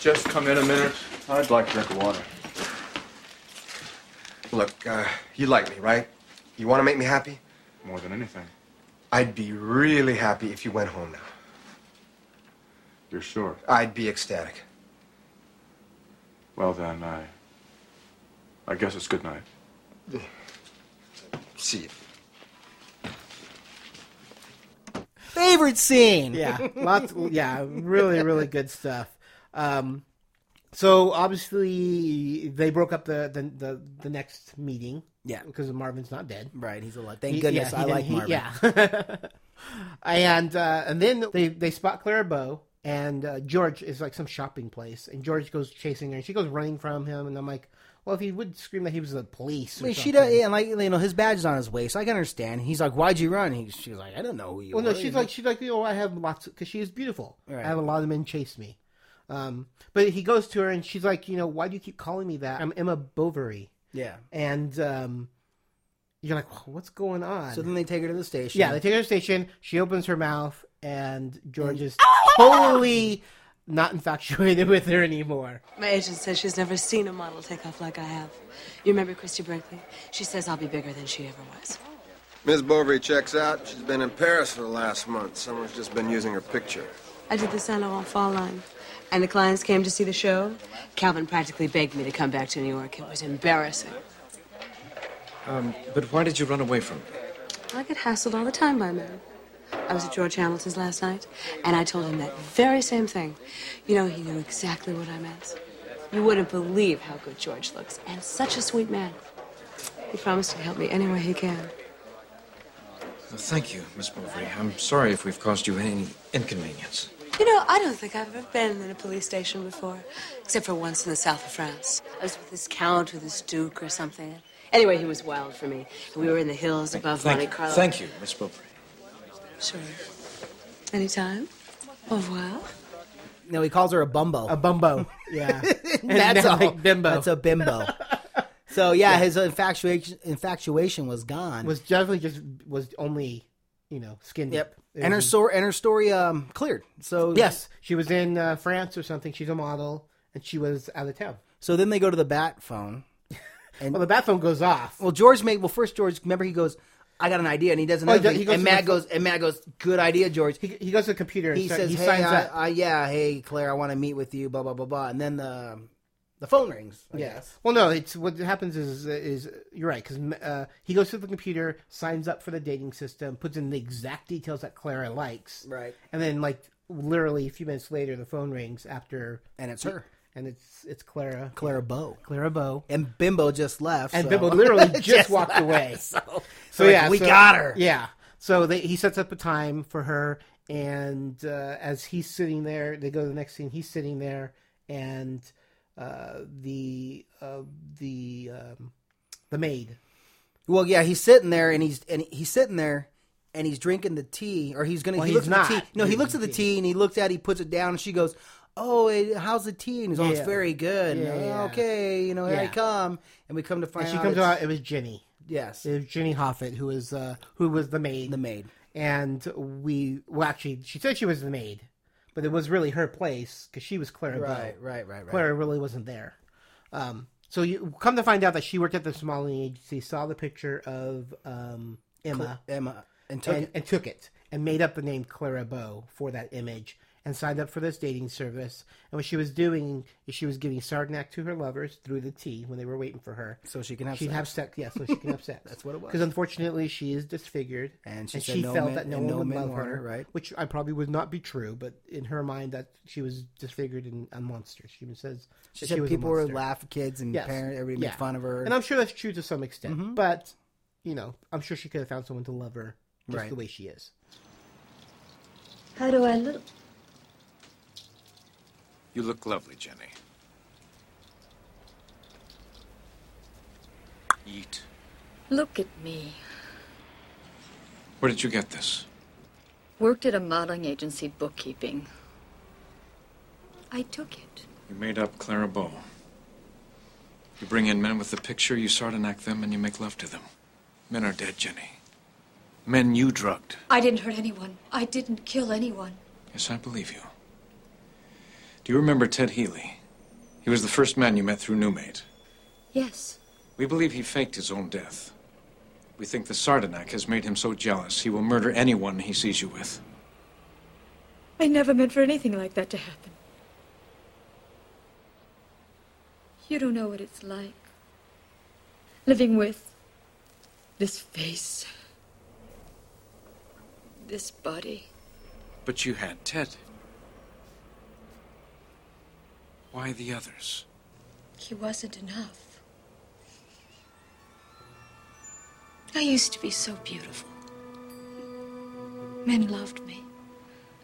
[SPEAKER 13] just come in a minute? I'd like a drink of water.
[SPEAKER 4] Look, uh, you like me, right? You wanna make me happy?
[SPEAKER 13] More than anything.
[SPEAKER 4] I'd be really happy if you went home now.
[SPEAKER 13] You're sure?
[SPEAKER 4] I'd be ecstatic.
[SPEAKER 13] Well then, I. I guess it's good night.
[SPEAKER 4] See you.
[SPEAKER 3] Favorite scene.
[SPEAKER 2] yeah, lots. Yeah, really, really good stuff. Um, So obviously they broke up the the, the, the next meeting. Yeah, because Marvin's not dead.
[SPEAKER 3] Right, he's alive. Thank
[SPEAKER 2] He-
[SPEAKER 3] goodness.
[SPEAKER 2] yeah,
[SPEAKER 3] I
[SPEAKER 2] he
[SPEAKER 3] like
[SPEAKER 2] didn't-
[SPEAKER 3] Marvin.
[SPEAKER 2] he- yeah. and uh, and then they they spot Clara Bow and uh, George is like some shopping place, and George goes chasing her, and she goes running from him, and I'm like, well, if he would scream that he was the police,
[SPEAKER 3] I
[SPEAKER 2] or
[SPEAKER 3] mean, she
[SPEAKER 2] something.
[SPEAKER 3] does, yeah, and like you know, his badge is on his waist. I can understand. He's like, "Why'd you run?" He, she's like, "I don't know who you
[SPEAKER 2] Well,
[SPEAKER 3] are."
[SPEAKER 2] no, she's like she's like you know I have lots because she is beautiful.
[SPEAKER 3] Right.
[SPEAKER 2] I have a lot of men chase me, um, but he goes to her and she's like, you know, why do you keep calling me that? I'm Emma Bovary.
[SPEAKER 3] Yeah.
[SPEAKER 2] and um, you're like, "Whoa, what's going on?
[SPEAKER 3] So then they take her to the station.
[SPEAKER 2] yeah, they take her to the station. She opens her mouth, and George is
[SPEAKER 3] Oh!
[SPEAKER 2] totally not infatuated with her anymore.
[SPEAKER 14] My agent says she's never seen a model take off like I have. You remember Christy Brinkley? She says I'll be bigger than she ever was.
[SPEAKER 10] Ms. Bovary checks out. She's been in Paris for the last month. Someone's just been using her picture.
[SPEAKER 14] I did the Saint Laurent Fall Line, and the clients came to see the show. Calvin practically begged me to come back to New York. It was embarrassing.
[SPEAKER 6] Um, but why did you run away from me?
[SPEAKER 14] I get hassled all the time by men. I was at George Hamilton's last night, and I told him that very same thing. You know, he knew exactly what I meant. You wouldn't believe how good George looks, and such a sweet man. He promised to help me any way he can.
[SPEAKER 6] Well, thank you, Miss Bovary. I'm sorry if we've caused you any inconvenience.
[SPEAKER 14] You know, I don't think I've ever been in a police station before, except for once in the south of France. I was with this count or this duke or something. Anyway, he was wild for me. And we were in the hills above
[SPEAKER 6] Thank
[SPEAKER 14] Monte
[SPEAKER 6] you.
[SPEAKER 14] Carlo.
[SPEAKER 6] Thank you, Miss Bovary.
[SPEAKER 14] Sure. Anytime. Au revoir.
[SPEAKER 3] No, he calls her a bumbo. A
[SPEAKER 2] bumbo. Yeah. And
[SPEAKER 3] that's
[SPEAKER 2] now,
[SPEAKER 3] a
[SPEAKER 2] like, bimbo.
[SPEAKER 3] That's a bimbo. So yeah,
[SPEAKER 2] Yeah.
[SPEAKER 3] his infatuation infatuation was gone.
[SPEAKER 2] Was definitely just was only you know skin deep.
[SPEAKER 3] Yep. and her story and her story um cleared. So
[SPEAKER 2] Mm-hmm. yes, she was in uh, France or something. She's a model, and she was out of town.
[SPEAKER 3] So then they go to the bat phone. And
[SPEAKER 2] well, the bat phone goes off.
[SPEAKER 3] Well, George made well first. George, remember he goes, "I got an idea," and he doesn't.
[SPEAKER 2] Oh,
[SPEAKER 3] know.
[SPEAKER 2] he does- he goes
[SPEAKER 3] anything. and
[SPEAKER 2] to the
[SPEAKER 3] Matt
[SPEAKER 2] ph-
[SPEAKER 3] goes, and Matt goes, "Good idea, George."
[SPEAKER 2] He, he goes to the computer. And
[SPEAKER 3] He
[SPEAKER 2] start-
[SPEAKER 3] says,
[SPEAKER 2] he
[SPEAKER 3] "Hey,
[SPEAKER 2] signs
[SPEAKER 3] I,
[SPEAKER 2] up.
[SPEAKER 3] I- yeah, hey, Claire, I want to meet with you." Blah blah blah blah. And then the um, the phone rings. I
[SPEAKER 2] Yeah.
[SPEAKER 3] guess.
[SPEAKER 2] Well, no. It's what happens is is you're right because uh, he goes to the computer, signs up for the dating system, puts in the exact details that Clara likes,
[SPEAKER 3] Right.
[SPEAKER 2] and then like literally a few minutes later, the phone rings after,
[SPEAKER 3] And it's her.
[SPEAKER 2] and it's it's Clara,
[SPEAKER 3] Clara Bow,
[SPEAKER 2] Clara Bow,
[SPEAKER 3] and Bimbo just left,
[SPEAKER 2] and
[SPEAKER 3] so-
[SPEAKER 2] Bimbo literally just, walked
[SPEAKER 3] left.
[SPEAKER 2] away.
[SPEAKER 3] So, so yeah, we
[SPEAKER 2] so-
[SPEAKER 3] got her.
[SPEAKER 2] Yeah. So they, he sets up a time for her, and uh, as he's sitting there, they go to the next scene. He's sitting there, and uh, the uh, the um, the maid.
[SPEAKER 3] Well, yeah, he's sitting there, and he's and he's sitting there, and he's drinking the tea, or he's gonna.
[SPEAKER 2] Well,
[SPEAKER 3] he
[SPEAKER 2] he's
[SPEAKER 3] looks at the
[SPEAKER 2] not
[SPEAKER 3] tea. No, he
[SPEAKER 2] drinking
[SPEAKER 3] looks at the tea, and he looks at, it, he puts it down, and she goes, "Oh, it, how's the tea?" And he's, "Oh, it's
[SPEAKER 2] Yeah.
[SPEAKER 3] very good." And,
[SPEAKER 2] Yeah,
[SPEAKER 3] "Oh,
[SPEAKER 2] yeah.
[SPEAKER 3] Okay, you know, here I
[SPEAKER 2] Yeah.
[SPEAKER 3] come, and we come to find
[SPEAKER 2] And she
[SPEAKER 3] out.
[SPEAKER 2] comes
[SPEAKER 3] it's-
[SPEAKER 2] out. It was Ginny.
[SPEAKER 3] Yes.
[SPEAKER 2] it was Ginny Hoffett, who was uh, who was the maid. The
[SPEAKER 3] maid.
[SPEAKER 2] And we well, actually, she said she was the maid, but it was really her place because she was Clara. Bow.
[SPEAKER 3] Right, right, right, right.
[SPEAKER 2] Clara really wasn't there. Um, so you come to find out that she worked at the Somali agency, saw the picture of um, Emma,
[SPEAKER 3] Cl- Emma, and took it.
[SPEAKER 2] and took it, and made up the name Clara Bow for that image, and signed up for this dating service. And what she was doing is she was giving Sarnak to her lovers through the tea when they were waiting for her,
[SPEAKER 3] So she can have
[SPEAKER 2] she'd
[SPEAKER 3] sex.
[SPEAKER 2] have sex, yeah, so she can have sex.
[SPEAKER 3] That's what it was.
[SPEAKER 2] Because unfortunately, she is disfigured,
[SPEAKER 3] And she said no
[SPEAKER 2] felt
[SPEAKER 3] men-
[SPEAKER 2] that no
[SPEAKER 3] and
[SPEAKER 2] one
[SPEAKER 3] no
[SPEAKER 2] would
[SPEAKER 3] men
[SPEAKER 2] love
[SPEAKER 3] want
[SPEAKER 2] her,
[SPEAKER 3] her, right?
[SPEAKER 2] Which I probably would not be true, but in her mind, that she was disfigured and a monster. She even says
[SPEAKER 3] She
[SPEAKER 2] that
[SPEAKER 3] said
[SPEAKER 2] was a
[SPEAKER 3] people were
[SPEAKER 2] monster.
[SPEAKER 3] laugh, kids and
[SPEAKER 2] Yes.
[SPEAKER 3] parents, everybody made
[SPEAKER 2] Yeah.
[SPEAKER 3] fun of her. Mm-hmm.
[SPEAKER 2] and I'm sure that's true to some extent. But you know, I'm sure she could have found someone to love her just
[SPEAKER 3] Right.
[SPEAKER 2] the way she is.
[SPEAKER 15] How do I look?
[SPEAKER 13] You look lovely, Jenny.
[SPEAKER 6] Eat.
[SPEAKER 15] Look at me.
[SPEAKER 6] Where did you get this?
[SPEAKER 15] Worked at a modeling agency bookkeeping. I took it.
[SPEAKER 6] You made up Clara Bow. You bring in men with the picture, you sardanac them, and you make love to them. Men are dead, Jenny. Men you drugged.
[SPEAKER 15] I didn't hurt anyone. I didn't kill anyone.
[SPEAKER 6] Yes, I believe you. Do you remember Ted Healy? He was the first man you met through Newmate.
[SPEAKER 15] Yes.
[SPEAKER 6] We believe he faked his own death. We think the Sardanac has made him so jealous he will murder anyone he sees you with.
[SPEAKER 15] I never meant for anything like that to happen. You don't know what it's like. Living with this face, this body.
[SPEAKER 6] But you had Ted.
[SPEAKER 13] Why the others?
[SPEAKER 15] He wasn't enough.
[SPEAKER 16] I used to be so beautiful.
[SPEAKER 15] Men loved me.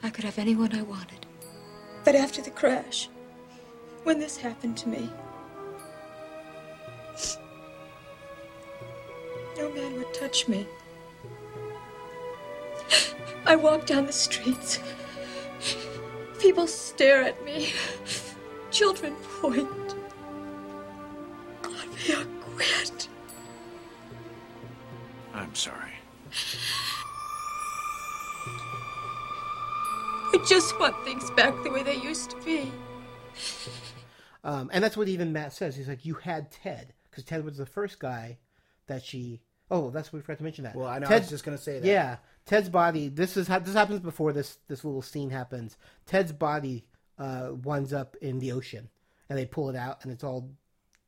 [SPEAKER 15] I could have anyone I wanted.
[SPEAKER 16] But after the crash, when this happened to me, no man would touch me. I walk down the streets. People stare at me. Children point. God, may I quit.
[SPEAKER 6] I'm sorry.
[SPEAKER 16] I just want things back the way they used to be.
[SPEAKER 2] Um, and that's what even Matt says. He's like, you had Ted because Ted was the first guy that she. Oh, that's we forgot to mention that.
[SPEAKER 3] Well, I know, I
[SPEAKER 2] Ted,
[SPEAKER 3] was just gonna say that.
[SPEAKER 2] Yeah, Ted's body. This is ha- this happens before this this little scene happens. Ted's body uh, winds up in the ocean, and they pull it out, and it's all,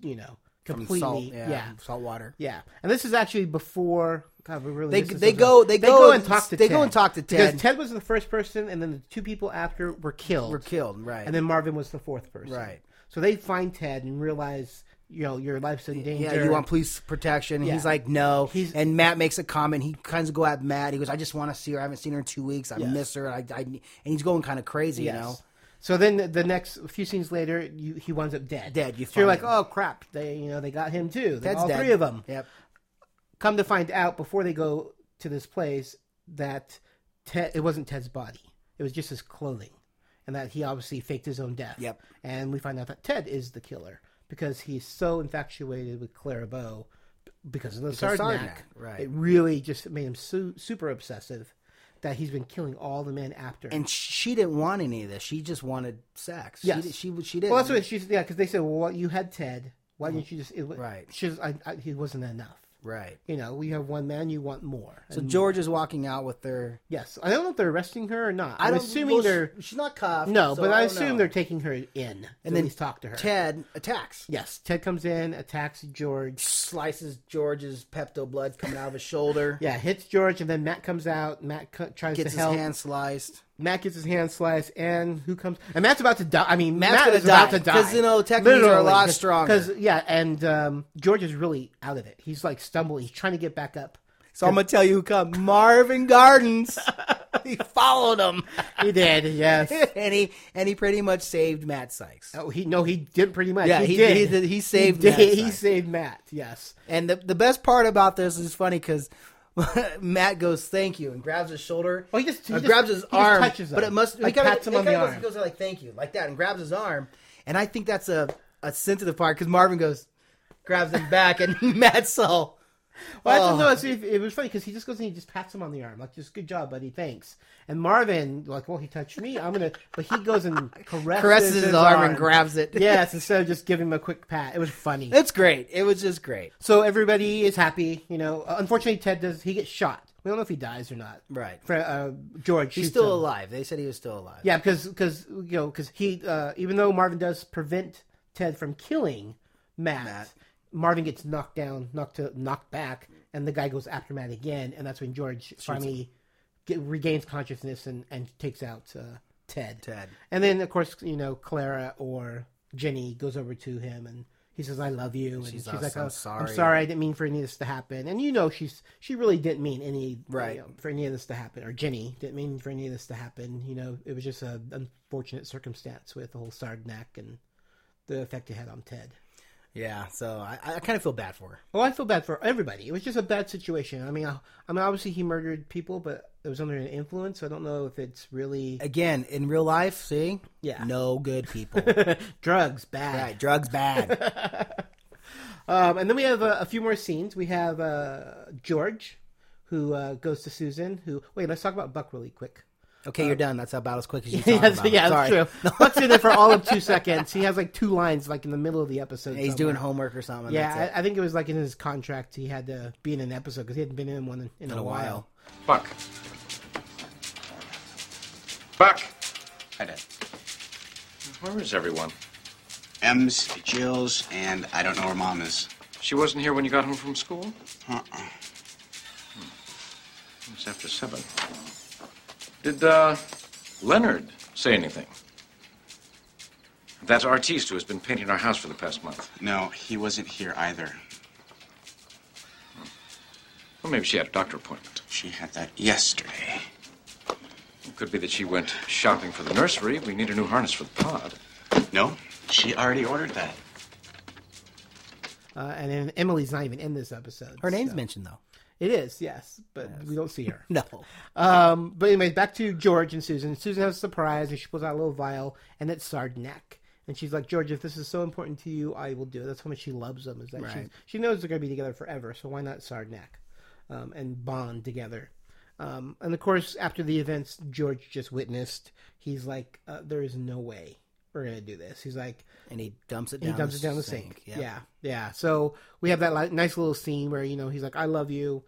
[SPEAKER 2] you know,
[SPEAKER 3] From
[SPEAKER 2] completely
[SPEAKER 3] salt,
[SPEAKER 2] yeah,
[SPEAKER 3] yeah, salt water.
[SPEAKER 2] Yeah, and this is actually before. God, we really
[SPEAKER 3] They-
[SPEAKER 2] missed this
[SPEAKER 3] they
[SPEAKER 2] as
[SPEAKER 3] go-
[SPEAKER 2] well.
[SPEAKER 3] they go
[SPEAKER 2] and talk to
[SPEAKER 3] they
[SPEAKER 2] Ted.
[SPEAKER 3] go and talk to Ted.
[SPEAKER 2] because Ted was the first person, and then the two people after were killed. Were
[SPEAKER 3] killed, right?
[SPEAKER 2] And then Marvin was the fourth person,
[SPEAKER 3] Right.
[SPEAKER 2] So they find Ted and realize, you know, your life's in danger.
[SPEAKER 3] Yeah, you want police protection. And He's
[SPEAKER 2] Yeah.
[SPEAKER 3] like, no. and Matt makes a comment. He kind of go at Matt. He goes, I just want to see her. I haven't seen her in two weeks. I
[SPEAKER 2] Yes.
[SPEAKER 3] miss her. I, I, and he's going kind of crazy,
[SPEAKER 2] Yes.
[SPEAKER 3] you know.
[SPEAKER 2] So then the- the next a few scenes later, you, he winds up dead.
[SPEAKER 3] Dead, you
[SPEAKER 2] so you're
[SPEAKER 3] find
[SPEAKER 2] like,
[SPEAKER 3] him.
[SPEAKER 2] oh crap, they you know they got him too. They,
[SPEAKER 3] Ted's
[SPEAKER 2] all
[SPEAKER 3] dead.
[SPEAKER 2] three of them.
[SPEAKER 3] Yep.
[SPEAKER 2] Come to find out, before they go to this place, that Ted it wasn't Ted's body. It was just his clothing, and that he obviously faked his own death. Yep. And we find out that Ted is the killer because he's so infatuated with Clara Bow because of the
[SPEAKER 3] Because of
[SPEAKER 2] Sarnak.
[SPEAKER 3] Sarnak, right.
[SPEAKER 2] It really just made him su- super obsessive that he's been killing all the men after.
[SPEAKER 3] And she didn't want any of this. She just wanted sex.
[SPEAKER 2] Yes.
[SPEAKER 3] She, she, she did.
[SPEAKER 2] Well, that's what she's yeah, because they said, well, what- you had Ted. Why didn't you just it,
[SPEAKER 3] Right.
[SPEAKER 2] She's I, I, he wasn't enough.
[SPEAKER 3] Right.
[SPEAKER 2] You know, we have one man. You want more.
[SPEAKER 3] So
[SPEAKER 2] And-
[SPEAKER 3] George is walking out with her.
[SPEAKER 2] Yes, I don't know if they're arresting her or not.
[SPEAKER 3] I
[SPEAKER 2] I'm
[SPEAKER 3] don't-
[SPEAKER 2] assuming
[SPEAKER 3] well,
[SPEAKER 2] they're.
[SPEAKER 3] she's not cuffed,
[SPEAKER 2] No,
[SPEAKER 3] so
[SPEAKER 2] but
[SPEAKER 3] I
[SPEAKER 2] I,
[SPEAKER 3] don't
[SPEAKER 2] assume
[SPEAKER 3] know.
[SPEAKER 2] they're taking her in and then
[SPEAKER 3] then
[SPEAKER 2] he's talk to her.
[SPEAKER 3] Ted attacks.
[SPEAKER 2] Yes, Ted comes in, attacks George,
[SPEAKER 3] slices George's Pepto blood coming out of his shoulder.
[SPEAKER 2] Yeah, hits George, and then Matt comes out. Matt co- tries
[SPEAKER 3] Gets
[SPEAKER 2] to
[SPEAKER 3] his
[SPEAKER 2] help.
[SPEAKER 3] hand sliced.
[SPEAKER 2] Matt gets his hand sliced, and who comes? And Matt's about to die. I mean,
[SPEAKER 3] Matt's
[SPEAKER 2] Matt
[SPEAKER 3] gonna
[SPEAKER 2] is about
[SPEAKER 3] die,
[SPEAKER 2] to die
[SPEAKER 3] 'cause, you know, technically they're a lot stronger.
[SPEAKER 2] Because yeah, and um, George is really out of it. He's like stumbling. He's trying to get back up.
[SPEAKER 3] So I'm gonna tell you who come. Marvin Gardens. he followed him.
[SPEAKER 2] He did, yes.
[SPEAKER 3] and he and he pretty much saved Matt Sykes.
[SPEAKER 2] Oh, he no, he did pretty much.
[SPEAKER 3] Yeah,
[SPEAKER 2] he,
[SPEAKER 3] he
[SPEAKER 2] did.
[SPEAKER 3] He, did- he saved.
[SPEAKER 2] He,
[SPEAKER 3] Matt
[SPEAKER 2] did. he
[SPEAKER 3] Sykes.
[SPEAKER 2] saved Matt. Yes.
[SPEAKER 3] And the the best part about this is funny because. Matt goes, "Thank you," and grabs his shoulder.
[SPEAKER 2] Oh, he just he
[SPEAKER 3] or
[SPEAKER 2] just-
[SPEAKER 3] Uh, grabs his
[SPEAKER 2] he just
[SPEAKER 3] arm,
[SPEAKER 2] touches him,
[SPEAKER 3] but it must
[SPEAKER 2] like
[SPEAKER 3] he kinda-
[SPEAKER 2] pats him
[SPEAKER 3] it
[SPEAKER 2] on the
[SPEAKER 3] kinda goes-
[SPEAKER 2] arm.
[SPEAKER 3] He goes like, "Thank you," like that, and grabs his arm. And I think that's a a sensitive part because Marvin goes, grabs him back, and Matt's all.
[SPEAKER 2] Well, I
[SPEAKER 3] "Oh."
[SPEAKER 2] just noticed if, it was funny because he just goes and he just pats him on the arm, like just good job, buddy, thanks. And Marvin, like, well, he touched me, I'm gonna, but he goes and caresses,
[SPEAKER 3] Caresses his arm and grabs it.
[SPEAKER 2] yes, instead of just giving him a quick pat. It was funny.
[SPEAKER 3] It's great. It was just great.
[SPEAKER 2] So everybody is happy, you know. Unfortunately, Ted does he gets shot. We don't know if he dies or not.
[SPEAKER 3] Right.
[SPEAKER 2] Fre- uh, George,
[SPEAKER 3] He's
[SPEAKER 2] shoots
[SPEAKER 3] still
[SPEAKER 2] him.
[SPEAKER 3] alive. They said he was still alive.
[SPEAKER 2] Yeah, because because you know because he uh, even though Marvin does prevent Ted from killing Matt, Marvin gets knocked down, knocked to knocked back, and the guy goes after Matt again, and that's when George finally get, regains consciousness and and takes out uh, Ted.
[SPEAKER 3] Ted.
[SPEAKER 2] and then of course you know Clara or Jenny goes over to him and. He says, "I love you," and
[SPEAKER 3] She's
[SPEAKER 2] she's,
[SPEAKER 3] all,
[SPEAKER 2] like,
[SPEAKER 3] "I'm
[SPEAKER 2] oh,
[SPEAKER 3] sorry."
[SPEAKER 2] I'm sorry, I didn't mean for any of this to happen." And you know, she's she really didn't mean any
[SPEAKER 3] Right.
[SPEAKER 2] you know, for any of this to happen, or Jenny didn't mean for any of this to happen. You know, it was just a unfortunate circumstance with the whole Sardnak and the effect it had on Ted.
[SPEAKER 3] Yeah. So I, I kind of feel bad for her.
[SPEAKER 2] Well, I feel bad for everybody. It was just a bad situation. I mean, I, I mean, obviously he murdered people, but it was under an influence. So I don't know if it's really
[SPEAKER 3] Again, in real life, see,
[SPEAKER 2] Yeah.
[SPEAKER 3] no good people.
[SPEAKER 2] drugs bad.
[SPEAKER 3] Right, drugs bad.
[SPEAKER 2] Um, and then we have uh, a few more scenes. We have uh, George, who uh, goes to Susan. Who wait, let's talk about Buck really quick.
[SPEAKER 3] Okay, you're done. That's about as quick as you
[SPEAKER 2] yeah,
[SPEAKER 3] talk
[SPEAKER 2] that's,
[SPEAKER 3] about. it.
[SPEAKER 2] yeah, that's
[SPEAKER 3] Sorry.
[SPEAKER 2] true. Buck's in there for all of two seconds. He has like two lines, like in the middle of the episode.
[SPEAKER 3] Yeah, he's
[SPEAKER 2] somewhere.
[SPEAKER 3] doing homework or something.
[SPEAKER 2] Yeah,
[SPEAKER 3] That's it.
[SPEAKER 2] I, I think it was like in his contract he had to be in an episode because he hadn't been in one in, in a, while.
[SPEAKER 5] Buck. Buck.
[SPEAKER 17] Hi, Dad. Where is everyone?
[SPEAKER 18] M's, Jill's, and I don't know where Mom is.
[SPEAKER 6] She wasn't here when you got home from school?
[SPEAKER 18] Uh-uh.
[SPEAKER 6] It's after seven. Did uh, Leonard say anything? That artiste who has been painting our house for the past month.
[SPEAKER 18] No, he wasn't here either.
[SPEAKER 6] Well, maybe she had a doctor appointment.
[SPEAKER 18] She had that yesterday.
[SPEAKER 6] It could be that she went shopping for the nursery. We need a new harness for the pod.
[SPEAKER 18] No, she already ordered that.
[SPEAKER 2] Uh, and then Emily's not even in this episode.
[SPEAKER 3] Her name's mentioned though.
[SPEAKER 2] It is, yes, but we don't see her.
[SPEAKER 3] No.
[SPEAKER 2] Um, but anyways, back to George and Susan. Susan has a surprise, and she pulls out a little vial, and it's Sardnak. And she's like, George, if this is so important to you, I will do it. That's how much she loves them. Is that she's,
[SPEAKER 3] Right.
[SPEAKER 2] she knows they're going to be together forever, so why not Sardnak um, and bond together? Um, and of course, after the events George just witnessed, he's like, uh, there is no way we're going to do this. He's like,
[SPEAKER 3] and he dumps it
[SPEAKER 2] and
[SPEAKER 3] down
[SPEAKER 2] he dumps
[SPEAKER 3] the
[SPEAKER 2] it down the
[SPEAKER 3] sink,
[SPEAKER 2] sink.
[SPEAKER 3] yeah.
[SPEAKER 2] Yeah, yeah. So we have that like, nice little scene where you know he's like, "I love you."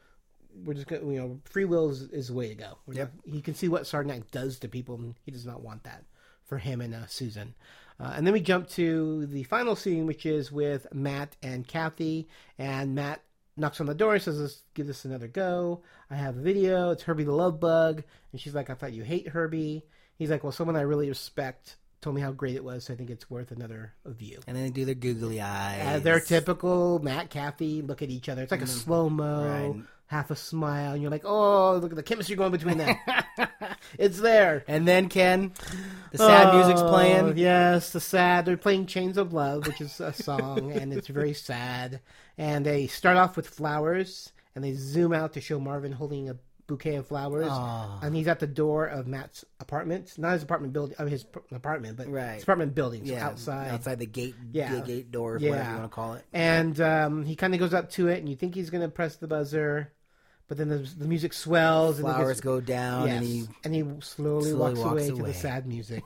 [SPEAKER 2] We're just gonna, you know, free will is, is the way to go. We're
[SPEAKER 3] Yep.
[SPEAKER 2] not- you can see what Sarnak does to people, and he does not want that for him and uh, Susan. Uh, and then we jump to the final scene, which is with Matt and Kathy. And Matt knocks on the door and says, Let's give this another go. I have a video. It's Herbie the Love Bug. And she's like, I thought you hate Herbie. He's like, Well, someone I really respect told me how great it was, so I think it's worth another view.
[SPEAKER 3] And then they do their googly eyes.
[SPEAKER 2] Uh, they're typical Matt Kathy look at each other. It's like a
[SPEAKER 3] Mm.
[SPEAKER 2] slow mo,
[SPEAKER 3] Right.
[SPEAKER 2] half a smile, and you're like, oh, look at the chemistry going between them. it's there.
[SPEAKER 3] And then Ken, the sad music's
[SPEAKER 2] Oh,
[SPEAKER 3] playing.
[SPEAKER 2] Yes, the sad. They're playing "Chains of Love," which is a song, and it's very sad. And they start off with flowers, and they zoom out to show Marvin holding a bouquet of flowers,
[SPEAKER 3] Aw.
[SPEAKER 2] and he's at the door of Matt's apartment, not his apartment building, of his p- apartment, but
[SPEAKER 3] Right.
[SPEAKER 2] his apartment building, so
[SPEAKER 3] Yeah,
[SPEAKER 2] outside,
[SPEAKER 3] outside the gate- the gate door, whatever you wanna call it.
[SPEAKER 2] and um, he kind of goes up to it, and you think he's going to press the buzzer, but then the, the music swells. and it
[SPEAKER 3] Flowers
[SPEAKER 2] gets-
[SPEAKER 3] go down, and he-
[SPEAKER 2] and he slowly,
[SPEAKER 3] slowly
[SPEAKER 2] walks,
[SPEAKER 3] walks
[SPEAKER 2] away, to
[SPEAKER 3] away.
[SPEAKER 2] the sad music.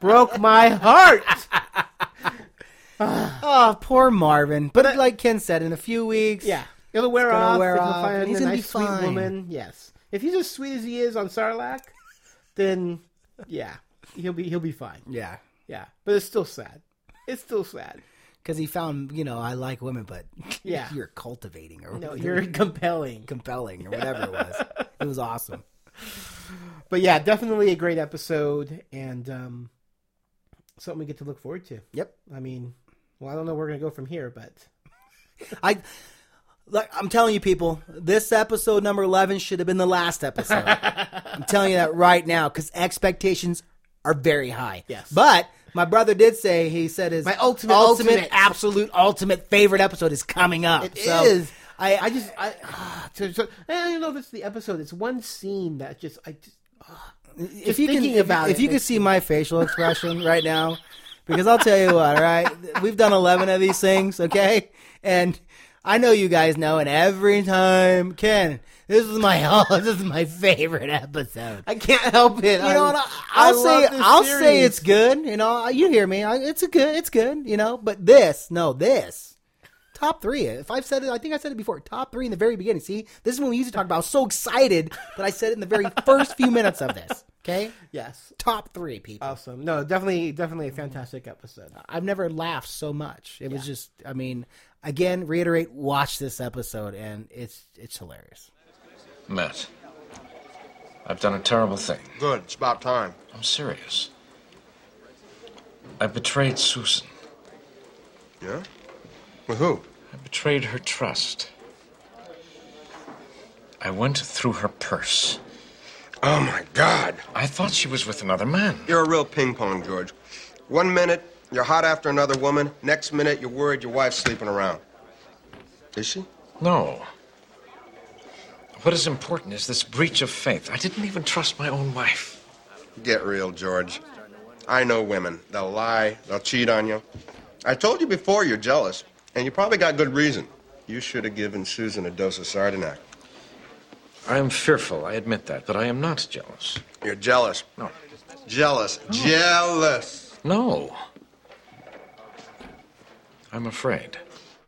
[SPEAKER 2] Broke my heart.
[SPEAKER 3] oh, poor Marvin. But like Ken said, in a few weeks,
[SPEAKER 2] yeah, it'll wear
[SPEAKER 3] it's gonna
[SPEAKER 2] off.
[SPEAKER 3] wear
[SPEAKER 2] he'll
[SPEAKER 3] off,
[SPEAKER 2] find
[SPEAKER 3] and he's
[SPEAKER 2] a
[SPEAKER 3] gonna be
[SPEAKER 2] nice, sweet
[SPEAKER 3] fine.
[SPEAKER 2] woman. Yes, if he's as sweet as he is on Sarlacc, then yeah, he'll be he'll be fine.
[SPEAKER 3] Yeah.
[SPEAKER 2] yeah, but it's still sad. It's still sad.
[SPEAKER 3] because he found you know I like women, but
[SPEAKER 2] Yeah.
[SPEAKER 3] you're cultivating or
[SPEAKER 2] No, you're compelling,
[SPEAKER 3] compelling or whatever it was. It was awesome.
[SPEAKER 2] But yeah, definitely a great episode and um, something we get to look forward to.
[SPEAKER 3] Yep.
[SPEAKER 2] I mean, well, I don't know where we're gonna go from here, but
[SPEAKER 3] I like I'm telling you people, this episode number 11 should have been the last episode. I'm telling you that right now cuz expectations are very high. Yes. But my brother did say he said his
[SPEAKER 2] My ultimate, ultimate.
[SPEAKER 3] absolute ultimate favorite episode is coming up.
[SPEAKER 2] It is.
[SPEAKER 3] So,
[SPEAKER 2] I, I just, I, ah, to- so- I don't even know if it's the episode. It's one scene that just, I just, ah.
[SPEAKER 3] if
[SPEAKER 2] Just
[SPEAKER 3] you can
[SPEAKER 2] thinking
[SPEAKER 3] if,
[SPEAKER 2] about
[SPEAKER 3] if
[SPEAKER 2] it
[SPEAKER 3] you can
[SPEAKER 2] makes
[SPEAKER 3] see my facial expression right now because I'll tell you what, all right? We've done 11 of these things, okay? And I know you guys know and every time Ken, this is my oh, this is my favorite episode.
[SPEAKER 2] I can't help it.
[SPEAKER 3] you know,
[SPEAKER 2] I,
[SPEAKER 3] and I, I'll
[SPEAKER 2] I
[SPEAKER 3] say
[SPEAKER 2] love this
[SPEAKER 3] I'll say
[SPEAKER 2] series.
[SPEAKER 3] it's good. You know, you hear me. I, it's a good. It's good. You know, but this, no, this top three. If I've said it, I think I said it before. Top three in the very beginning. See, this is when we used to talk about. I was so excited that I said it in the very first few minutes of this. Okay,
[SPEAKER 2] Yes.
[SPEAKER 3] top three people.
[SPEAKER 2] Awesome. No, definitely, definitely a fantastic episode.
[SPEAKER 3] I've never laughed so much. It was just. I mean, again, reiterate. Watch this episode, and it's it's hilarious.
[SPEAKER 17] Matt, I've done a terrible thing.
[SPEAKER 10] Good. It's about time.
[SPEAKER 17] I'm serious. I betrayed Susan.
[SPEAKER 10] Yeah? With who?
[SPEAKER 17] I betrayed her trust. I went through her purse.
[SPEAKER 10] Oh my God.
[SPEAKER 17] I thought she was with another man.
[SPEAKER 10] You're a real ping pong, George. One minute, you're hot after another woman. Next minute, you're worried your wife's sleeping around. Is she?
[SPEAKER 17] No. What is important is this breach of faith. I didn't even trust my own wife.
[SPEAKER 10] Get real, George. I know women. They'll lie, they'll cheat on you. I told you before you're jealous, and you probably got good reason. You should have given Susan a dose of Sardinac.
[SPEAKER 17] I am fearful, I admit that, but I am not jealous.
[SPEAKER 10] You're jealous.
[SPEAKER 17] No.
[SPEAKER 10] Jealous. Jealous.
[SPEAKER 17] Oh. No. I'm afraid.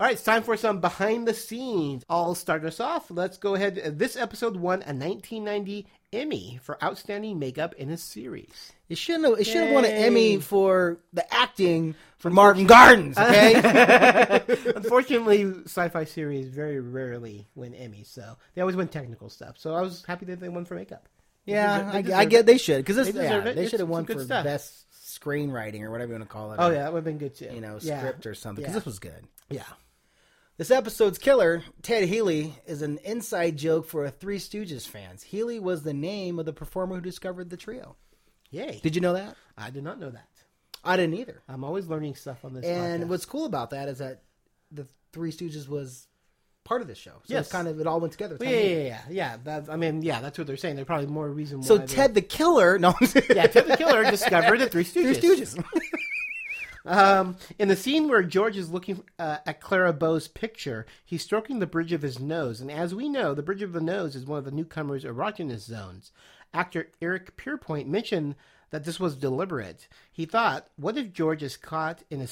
[SPEAKER 2] All right, it's time for some behind the scenes. I'll start us off. Let's go ahead. Uh, This episode won a 1990 Emmy for outstanding makeup in a series.
[SPEAKER 3] It shouldn't have. It should have won an
[SPEAKER 2] Yay.
[SPEAKER 3] Emmy for the acting for Martin Gardens. Okay.
[SPEAKER 2] Unfortunately, sci-fi series very rarely win Emmys, so they always win technical stuff. So I was happy that they won for makeup. They
[SPEAKER 3] Yeah,
[SPEAKER 2] deserve- they
[SPEAKER 3] I- I
[SPEAKER 2] deserve
[SPEAKER 3] get-
[SPEAKER 2] it.
[SPEAKER 3] they should, 'cause it's-
[SPEAKER 2] deserve
[SPEAKER 3] yeah,
[SPEAKER 2] it.
[SPEAKER 3] they
[SPEAKER 2] It's
[SPEAKER 3] should have
[SPEAKER 2] some
[SPEAKER 3] won
[SPEAKER 2] good
[SPEAKER 3] for best screenwriting or whatever you want to call it.
[SPEAKER 2] Oh,
[SPEAKER 3] or,
[SPEAKER 2] yeah, that would've been good, too.
[SPEAKER 3] You know,
[SPEAKER 2] Yeah.
[SPEAKER 3] script or something. Because
[SPEAKER 2] Yeah.
[SPEAKER 3] this was good.
[SPEAKER 2] Yeah.
[SPEAKER 3] This episode's killer, Ted Healy, is an inside joke for Three Stooges fans. Healy was the name of the performer who discovered the trio.
[SPEAKER 2] Yay.
[SPEAKER 3] Did you know that?
[SPEAKER 2] I did not know that.
[SPEAKER 3] I didn't either.
[SPEAKER 2] I'm always learning stuff on this.
[SPEAKER 3] and
[SPEAKER 2] podcast.
[SPEAKER 3] what's cool about that is that the Three Stooges was part of this show. So
[SPEAKER 2] Yes.
[SPEAKER 3] it's kind of it all went together. It's
[SPEAKER 2] Well,
[SPEAKER 3] kind
[SPEAKER 2] yeah,
[SPEAKER 3] of
[SPEAKER 2] yeah,
[SPEAKER 3] neat.
[SPEAKER 2] yeah, yeah. That's, I mean, yeah, that's what they're saying. There's probably more reason. Why
[SPEAKER 3] So
[SPEAKER 2] they're-
[SPEAKER 3] Ted the Killer, no,
[SPEAKER 2] yeah, Ted the Killer discovered the Three Stooges.
[SPEAKER 3] Three Stooges.
[SPEAKER 2] Um, in the scene where George is looking uh, at Clara Bow's picture, he's stroking the bridge of his nose, and as we know, the bridge of the nose is one of the newcomer's erogenous zones. Actor Eric Pierpoint mentioned that this was deliberate. He thought, what if George is caught in a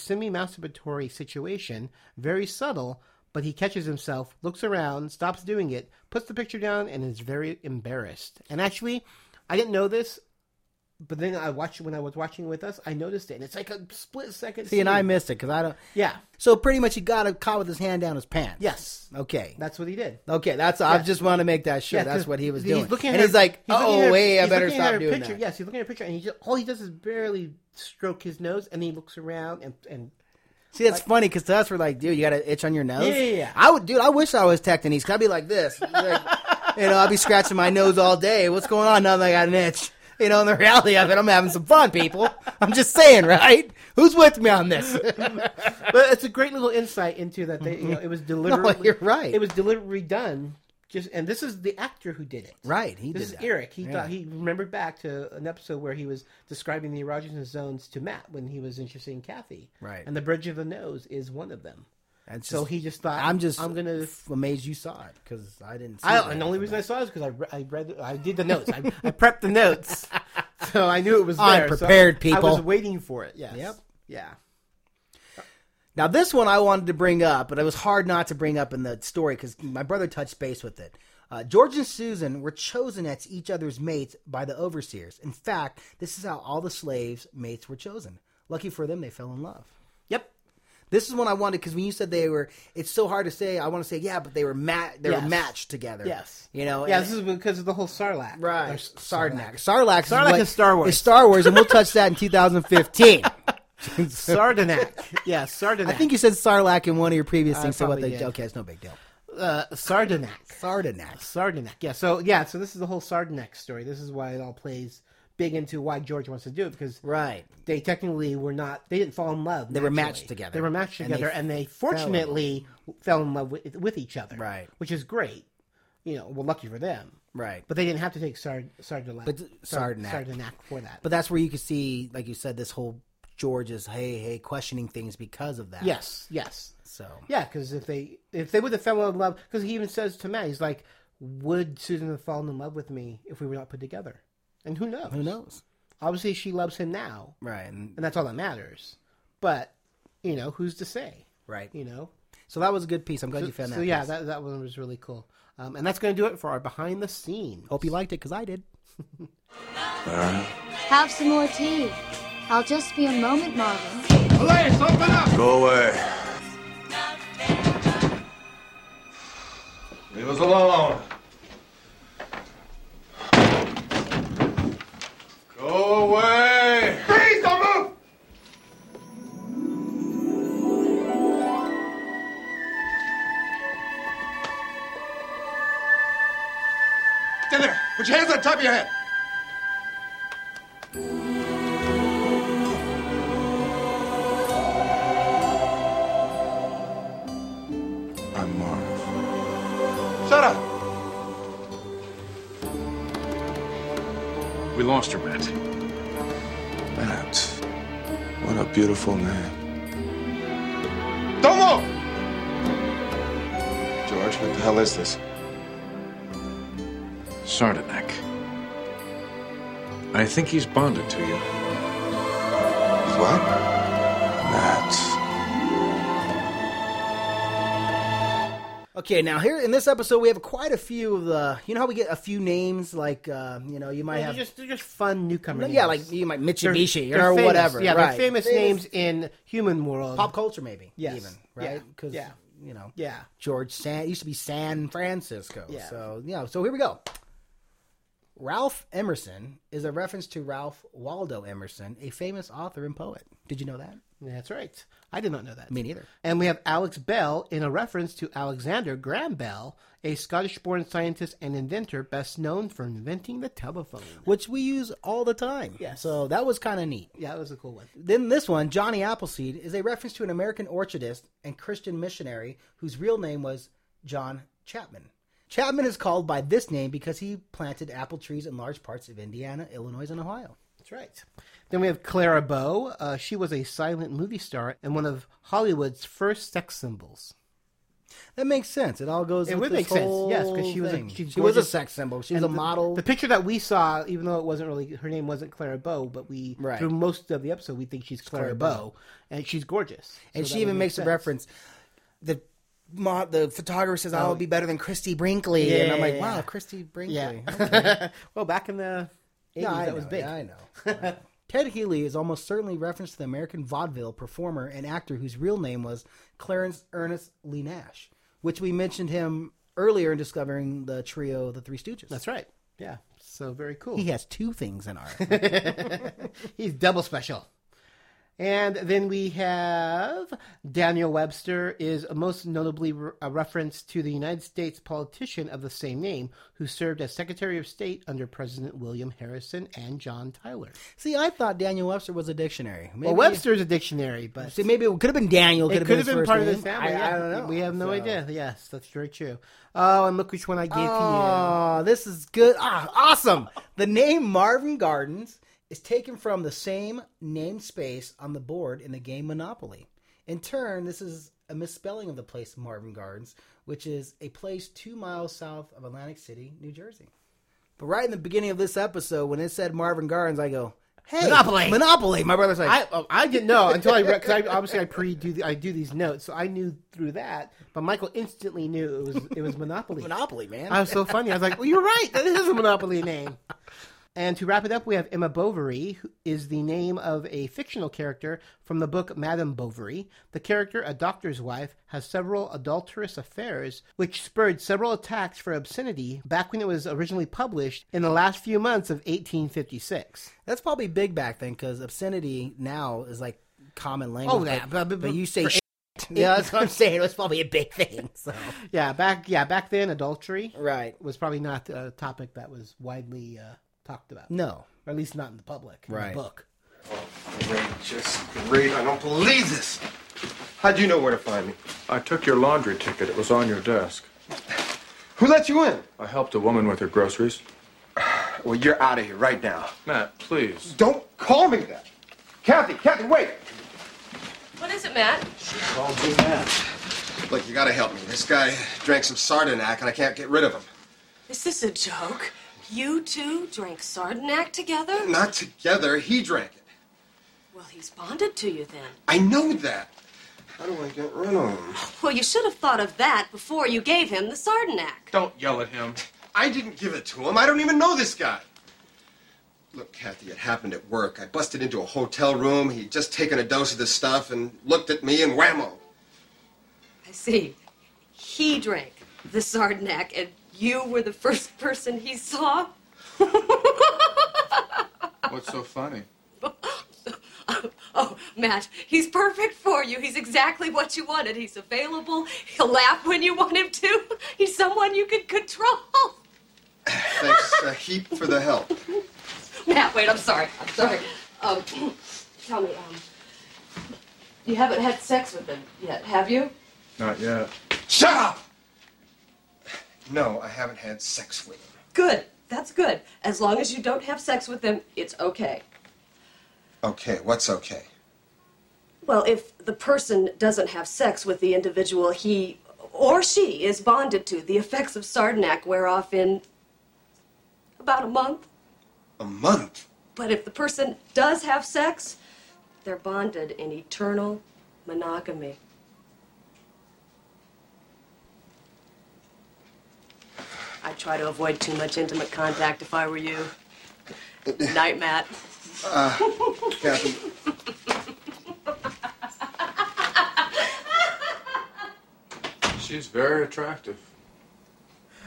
[SPEAKER 2] semi-masturbatory situation, very subtle, but he catches himself, looks around, stops doing it, puts the picture down, and is very embarrassed. And actually, I didn't know this but then I watched when I was watching with us, I noticed it, and it's like a split second.
[SPEAKER 3] See, and I
[SPEAKER 2] scene.
[SPEAKER 3] missed it because I don't.
[SPEAKER 2] Yeah.
[SPEAKER 3] So pretty much he got a caught with his hand down his pants.
[SPEAKER 2] Yes.
[SPEAKER 3] Okay.
[SPEAKER 2] That's what he did.
[SPEAKER 3] Okay, that's I
[SPEAKER 2] Yeah.
[SPEAKER 3] just want to make that sure
[SPEAKER 2] Yeah, 'cause
[SPEAKER 3] that's what he was
[SPEAKER 2] he's
[SPEAKER 3] doing.
[SPEAKER 2] looking at
[SPEAKER 3] and
[SPEAKER 2] her-
[SPEAKER 3] he's like,
[SPEAKER 2] looking at
[SPEAKER 3] "Oh
[SPEAKER 2] her-
[SPEAKER 3] wait, I
[SPEAKER 2] he's
[SPEAKER 3] better
[SPEAKER 2] looking at
[SPEAKER 3] stop
[SPEAKER 2] her
[SPEAKER 3] doing
[SPEAKER 2] picture.
[SPEAKER 3] that."
[SPEAKER 2] Yes, he's looking at a picture, and he just all he does is barely stroke his nose, and he looks around and and
[SPEAKER 3] See, that's
[SPEAKER 2] like-
[SPEAKER 3] funny because to us we're like, "Dude, you got an itch on your nose."
[SPEAKER 2] Yeah, yeah, yeah.
[SPEAKER 3] I would, dude. I wish I was Tectonese. Cause I'd be like this, like, you know, I'd be scratching my nose all day. What's going on? Nothing. I got an itch. You know, and the reality of it, I'm having some fun, people. I'm just saying, right? Who's with me on this?
[SPEAKER 2] but it's a great little insight into that. They, you know, it was deliberately.
[SPEAKER 3] Mm-hmm. you're right.
[SPEAKER 2] It was deliberately done. Just and this is the actor who did it.
[SPEAKER 3] Right, he
[SPEAKER 2] this
[SPEAKER 3] did
[SPEAKER 2] is
[SPEAKER 3] that.
[SPEAKER 2] Eric. He
[SPEAKER 3] Yeah.
[SPEAKER 2] thought he remembered back to an episode where he was describing the erogenous zones to Matt when he was interested in Kathy.
[SPEAKER 3] Right.
[SPEAKER 2] And the bridge of the nose is one of them.
[SPEAKER 3] And
[SPEAKER 2] so he just thought,
[SPEAKER 3] I'm just,
[SPEAKER 2] I'm gonna.
[SPEAKER 3] amazed you saw it because I didn't. See
[SPEAKER 2] I,
[SPEAKER 3] that.
[SPEAKER 2] and the only reason I saw it is because I, re- I read, I did the notes. I, I prepped the notes, so I knew it was. There.
[SPEAKER 3] I'm
[SPEAKER 2] So
[SPEAKER 3] prepared,
[SPEAKER 2] I was
[SPEAKER 3] people.
[SPEAKER 2] waiting for it. Yes.
[SPEAKER 3] Yep.
[SPEAKER 2] Yeah.
[SPEAKER 3] Now, this one I wanted to bring up, but it was hard not to bring up in the story because my brother touched base with it. Uh, George and Susan were chosen as each other's mates by the overseers. In fact, this is how all the slaves' mates were chosen. Lucky for them, they fell in love.
[SPEAKER 2] Yep.
[SPEAKER 3] This is one I wanted because when you said they were, it's so hard to say. I want to say, yeah, but they were ma- they were
[SPEAKER 2] Yes.
[SPEAKER 3] matched together.
[SPEAKER 2] Yes.
[SPEAKER 3] you know.
[SPEAKER 2] Yeah.
[SPEAKER 3] and-
[SPEAKER 2] This is because of the whole Sarlacc.
[SPEAKER 3] Right.
[SPEAKER 2] Or
[SPEAKER 3] Sarlacc. Sarlacc.
[SPEAKER 2] Sarlacc
[SPEAKER 3] what-
[SPEAKER 2] is Star Wars.
[SPEAKER 3] Is Star Wars, and we'll touch that in 2015.
[SPEAKER 2] Sardonac. yeah, Sardonac.
[SPEAKER 3] I think you said Sarlacc in one of your previous
[SPEAKER 2] I
[SPEAKER 3] things. So what
[SPEAKER 2] probably
[SPEAKER 3] they
[SPEAKER 2] did.
[SPEAKER 3] okay, it's no big deal.
[SPEAKER 2] uh, Sardonac.
[SPEAKER 3] Sardonac.
[SPEAKER 2] Sardonac. Yeah. So yeah. So this is the whole Sardonac story. This is why it all plays big into why George wants to do it because
[SPEAKER 3] Right.
[SPEAKER 2] they technically were not. They didn't fall in love.
[SPEAKER 3] They were
[SPEAKER 2] naturally.
[SPEAKER 3] matched together.
[SPEAKER 2] They were matched
[SPEAKER 3] And they
[SPEAKER 2] together, and they,
[SPEAKER 3] fell in love.
[SPEAKER 2] fortunately fell in love with, with each other.
[SPEAKER 3] Right.
[SPEAKER 2] Which is great. You know, well, lucky for them.
[SPEAKER 3] Right.
[SPEAKER 2] But they didn't have to take Sard Sardonac.
[SPEAKER 3] But th-
[SPEAKER 2] Sar-
[SPEAKER 3] Sardonac.
[SPEAKER 2] Sardonac for that.
[SPEAKER 3] But that's where you could see, like you said, this whole George's hey hey questioning things because of that.
[SPEAKER 2] yes. Yes.
[SPEAKER 3] So
[SPEAKER 2] Yeah, because if they if they would have fell in love, because he even says to Matt, he's like, "Would Susan have fallen in love with me if we were not put together?" And who knows?
[SPEAKER 3] who knows?
[SPEAKER 2] Obviously, she loves him now,
[SPEAKER 3] Right. And,
[SPEAKER 2] and that's all that matters. But you know, who's to say?
[SPEAKER 3] right.
[SPEAKER 2] You know.
[SPEAKER 3] So that was a good piece. I'm glad you found
[SPEAKER 2] so
[SPEAKER 3] that.
[SPEAKER 2] yeah,
[SPEAKER 3] piece.
[SPEAKER 2] that that one was really cool. Um, and that's going to do it for our behind the scene.
[SPEAKER 3] Hope you liked it because I did.
[SPEAKER 5] All right.
[SPEAKER 19] Have some more tea. I'll just be a moment, Marvin.
[SPEAKER 5] Elias, open up! Go away.
[SPEAKER 13] Leave us alone. Go away. Please don't move.
[SPEAKER 5] Stand there. Put your hands on top of your head. I'm Marv. Shut up.
[SPEAKER 6] We lost her, Matt.
[SPEAKER 5] Matt. What a beautiful name.
[SPEAKER 13] Don't move.
[SPEAKER 5] George, what the hell is this?
[SPEAKER 6] Sardonac. I think he's bonded to you.
[SPEAKER 5] What? Matt.
[SPEAKER 3] Okay, now here in this episode we have quite a few of the. You know how we get a few names like uh, you know you might
[SPEAKER 2] Well,
[SPEAKER 3] have
[SPEAKER 2] they're just they're just fun newcomer.
[SPEAKER 3] yeah
[SPEAKER 2] names.
[SPEAKER 3] like you might
[SPEAKER 2] They're-
[SPEAKER 3] Mitsubishi
[SPEAKER 2] they're
[SPEAKER 3] or
[SPEAKER 2] famous.
[SPEAKER 3] whatever.
[SPEAKER 2] Yeah,
[SPEAKER 3] right.
[SPEAKER 2] they're famous, names in human world,
[SPEAKER 3] pop culture maybe.
[SPEAKER 2] Yes.
[SPEAKER 3] Even
[SPEAKER 2] Yeah.
[SPEAKER 3] right because
[SPEAKER 2] Yeah.
[SPEAKER 3] you know
[SPEAKER 2] Yeah.
[SPEAKER 3] George San it used to be San Francisco.
[SPEAKER 2] Yeah.
[SPEAKER 3] So yeah. So here we go. Ralph Emerson is a reference to Ralph Waldo Emerson, a famous author and poet. Did you know that?
[SPEAKER 2] That's right. I did not know that.
[SPEAKER 3] Me neither.
[SPEAKER 2] And we have Alex Bell in a reference to Alexander Graham Bell, a Scottish born scientist and inventor best known for inventing the telephone.
[SPEAKER 3] Which we use all the time. Yeah. So that was kind of neat.
[SPEAKER 2] Yeah, that was a cool one.
[SPEAKER 3] Then this one, Johnny Appleseed, is a reference to an American orchardist and Christian missionary whose real name was John Chapman. Chapman is called by this name because he planted apple trees in large parts of Indiana, Illinois, and Ohio.
[SPEAKER 2] That's right. Then we have Clara Bow. Uh, she was a silent movie star and one of Hollywood's first sex symbols.
[SPEAKER 3] That makes sense. It all goes.
[SPEAKER 2] It
[SPEAKER 3] with
[SPEAKER 2] would
[SPEAKER 3] this
[SPEAKER 2] make sense,
[SPEAKER 3] whole
[SPEAKER 2] yes, because she was a,
[SPEAKER 3] thing. she was a
[SPEAKER 2] gorgeous.
[SPEAKER 3] sex symbol. She was
[SPEAKER 2] And
[SPEAKER 3] a
[SPEAKER 2] the-
[SPEAKER 3] model.
[SPEAKER 2] The picture that we saw, even though it wasn't really her name, wasn't Clara Bow, but we
[SPEAKER 3] Right.
[SPEAKER 2] through most of the episode we think she's Clara,
[SPEAKER 3] Clara
[SPEAKER 2] Bow,
[SPEAKER 3] Bow.
[SPEAKER 2] and she's gorgeous.
[SPEAKER 3] and
[SPEAKER 2] So
[SPEAKER 3] she
[SPEAKER 2] that would
[SPEAKER 3] even
[SPEAKER 2] make
[SPEAKER 3] makes
[SPEAKER 2] sense.
[SPEAKER 3] a reference. The mo- the photographer says, "I
[SPEAKER 2] Oh.
[SPEAKER 3] will be better than Christy Brinkley," and I'm like, "Wow, Christy Brinkley."
[SPEAKER 2] Yeah. well, back in the 80s,
[SPEAKER 3] Yeah, I
[SPEAKER 2] that
[SPEAKER 3] know,
[SPEAKER 2] was big.
[SPEAKER 3] yeah, I know. Ted Healy is almost certainly referenced to the American vaudeville performer and actor whose real name was Clarence Ernest Lee Nash, which we mentioned him earlier in discovering the trio of the Three Stooges.
[SPEAKER 2] That's right. Yeah. So very cool.
[SPEAKER 3] He has two things in our.
[SPEAKER 2] He's double special. And then we have Daniel Webster is most notably re- a reference to the United States politician of the same name who served as Secretary of State under President William Harrison and John Tyler.
[SPEAKER 3] See, I thought Daniel Webster was a dictionary. Maybe-
[SPEAKER 2] well, Webster's a dictionary, but
[SPEAKER 3] See, maybe it could have been Daniel.
[SPEAKER 2] it could have
[SPEAKER 3] his
[SPEAKER 2] been
[SPEAKER 3] first
[SPEAKER 2] part of
[SPEAKER 3] name.
[SPEAKER 2] this family.
[SPEAKER 3] I,
[SPEAKER 2] yeah.
[SPEAKER 3] I don't know.
[SPEAKER 2] We have no
[SPEAKER 3] So-
[SPEAKER 2] idea. Yes, that's very true. Oh, and look which one I gave to you.
[SPEAKER 3] Oh, this is good. Ah, awesome. The name Marvin Gardens is taken from the same named space on the board in the game Monopoly. In turn, this is a misspelling of the place Marvin Gardens, which is a place two miles south of Atlantic City, New Jersey. But right in the beginning of this episode, when it said Marvin Gardens, I go, "Hey,
[SPEAKER 2] Monopoly.
[SPEAKER 3] Monopoly!" My brother's like,
[SPEAKER 2] I, oh, I didn't know until I read. Cause I, obviously, I pre do the, I do these notes, so I knew through that. But Michael instantly knew it was it was Monopoly.
[SPEAKER 3] Monopoly, man.
[SPEAKER 2] I was so funny. I was like, "Well, you're right. That is a Monopoly name." And to wrap it up, we have Emma Bovary, who is the name of a fictional character from the book Madame Bovary. The character, a doctor's wife, has several adulterous affairs, which spurred several attacks for obscenity back when it was originally published in the last few months of 1856.
[SPEAKER 3] That's probably big back then because obscenity now is like common language.
[SPEAKER 2] Oh, yeah,
[SPEAKER 3] but,
[SPEAKER 2] but-
[SPEAKER 3] but you say
[SPEAKER 2] for
[SPEAKER 3] shit. Yeah, that's what I'm saying. It's probably a big thing. So
[SPEAKER 2] Yeah, back yeah back then, adultery
[SPEAKER 3] right,
[SPEAKER 2] was probably not a topic that was widely uh, talked about.
[SPEAKER 3] no,
[SPEAKER 2] or at least not in the public. in the
[SPEAKER 3] Right.
[SPEAKER 2] book.
[SPEAKER 10] Oh, Great, just great. I don't believe this. How'd you know where to find me?
[SPEAKER 5] I took your laundry ticket. It was on your desk.
[SPEAKER 10] Who let you in?
[SPEAKER 5] I helped a woman with her groceries.
[SPEAKER 10] Well, you're out of here right now.
[SPEAKER 5] Matt, please.
[SPEAKER 10] Don't call me that. Kathy, Kathy, wait.
[SPEAKER 12] What is it, Matt?
[SPEAKER 5] Called you Matt.
[SPEAKER 10] Look, you gotta help me. This guy drank some Sardinac and I can't get rid of him.
[SPEAKER 12] Is this a joke? You two drank Sardinac together?
[SPEAKER 10] Not together. He drank it.
[SPEAKER 12] Well, he's bonded to you then.
[SPEAKER 10] I know that. How do I get rid of him?
[SPEAKER 12] Well, you should have thought of that before you gave him the Sardinac.
[SPEAKER 13] Don't yell at him.
[SPEAKER 10] I didn't give it to him. I don't even know this guy. Look, Kathy, it happened at work. I busted into a hotel room. He'd just taken a dose of this stuff and looked at me and whammo.
[SPEAKER 12] I see. He drank the Sardinac, and you were the first person he saw?
[SPEAKER 13] What's so funny?
[SPEAKER 12] Oh, Matt, he's perfect for you. He's exactly what you wanted. He's available. He'll laugh when you want him to. He's someone you can control.
[SPEAKER 10] Thanks a heap for the help.
[SPEAKER 12] Matt, wait, I'm sorry. I'm sorry. Um, tell me, um, you haven't had sex with him yet, have you?
[SPEAKER 5] Not yet.
[SPEAKER 10] Shut up! No, I haven't had sex with him.
[SPEAKER 12] Good. That's good. As long as you don't have sex with him, it's okay.
[SPEAKER 10] Okay, what's okay?
[SPEAKER 12] Well, if the person doesn't have sex with the individual he or she is bonded to, the effects of Sardinac wear off in about a month.
[SPEAKER 10] A month?
[SPEAKER 12] But if the person does have sex, they're bonded in eternal monogamy. I'd try to avoid too much intimate contact if I were you. Night, Matt.
[SPEAKER 10] Uh, Kathy.
[SPEAKER 13] She's very attractive.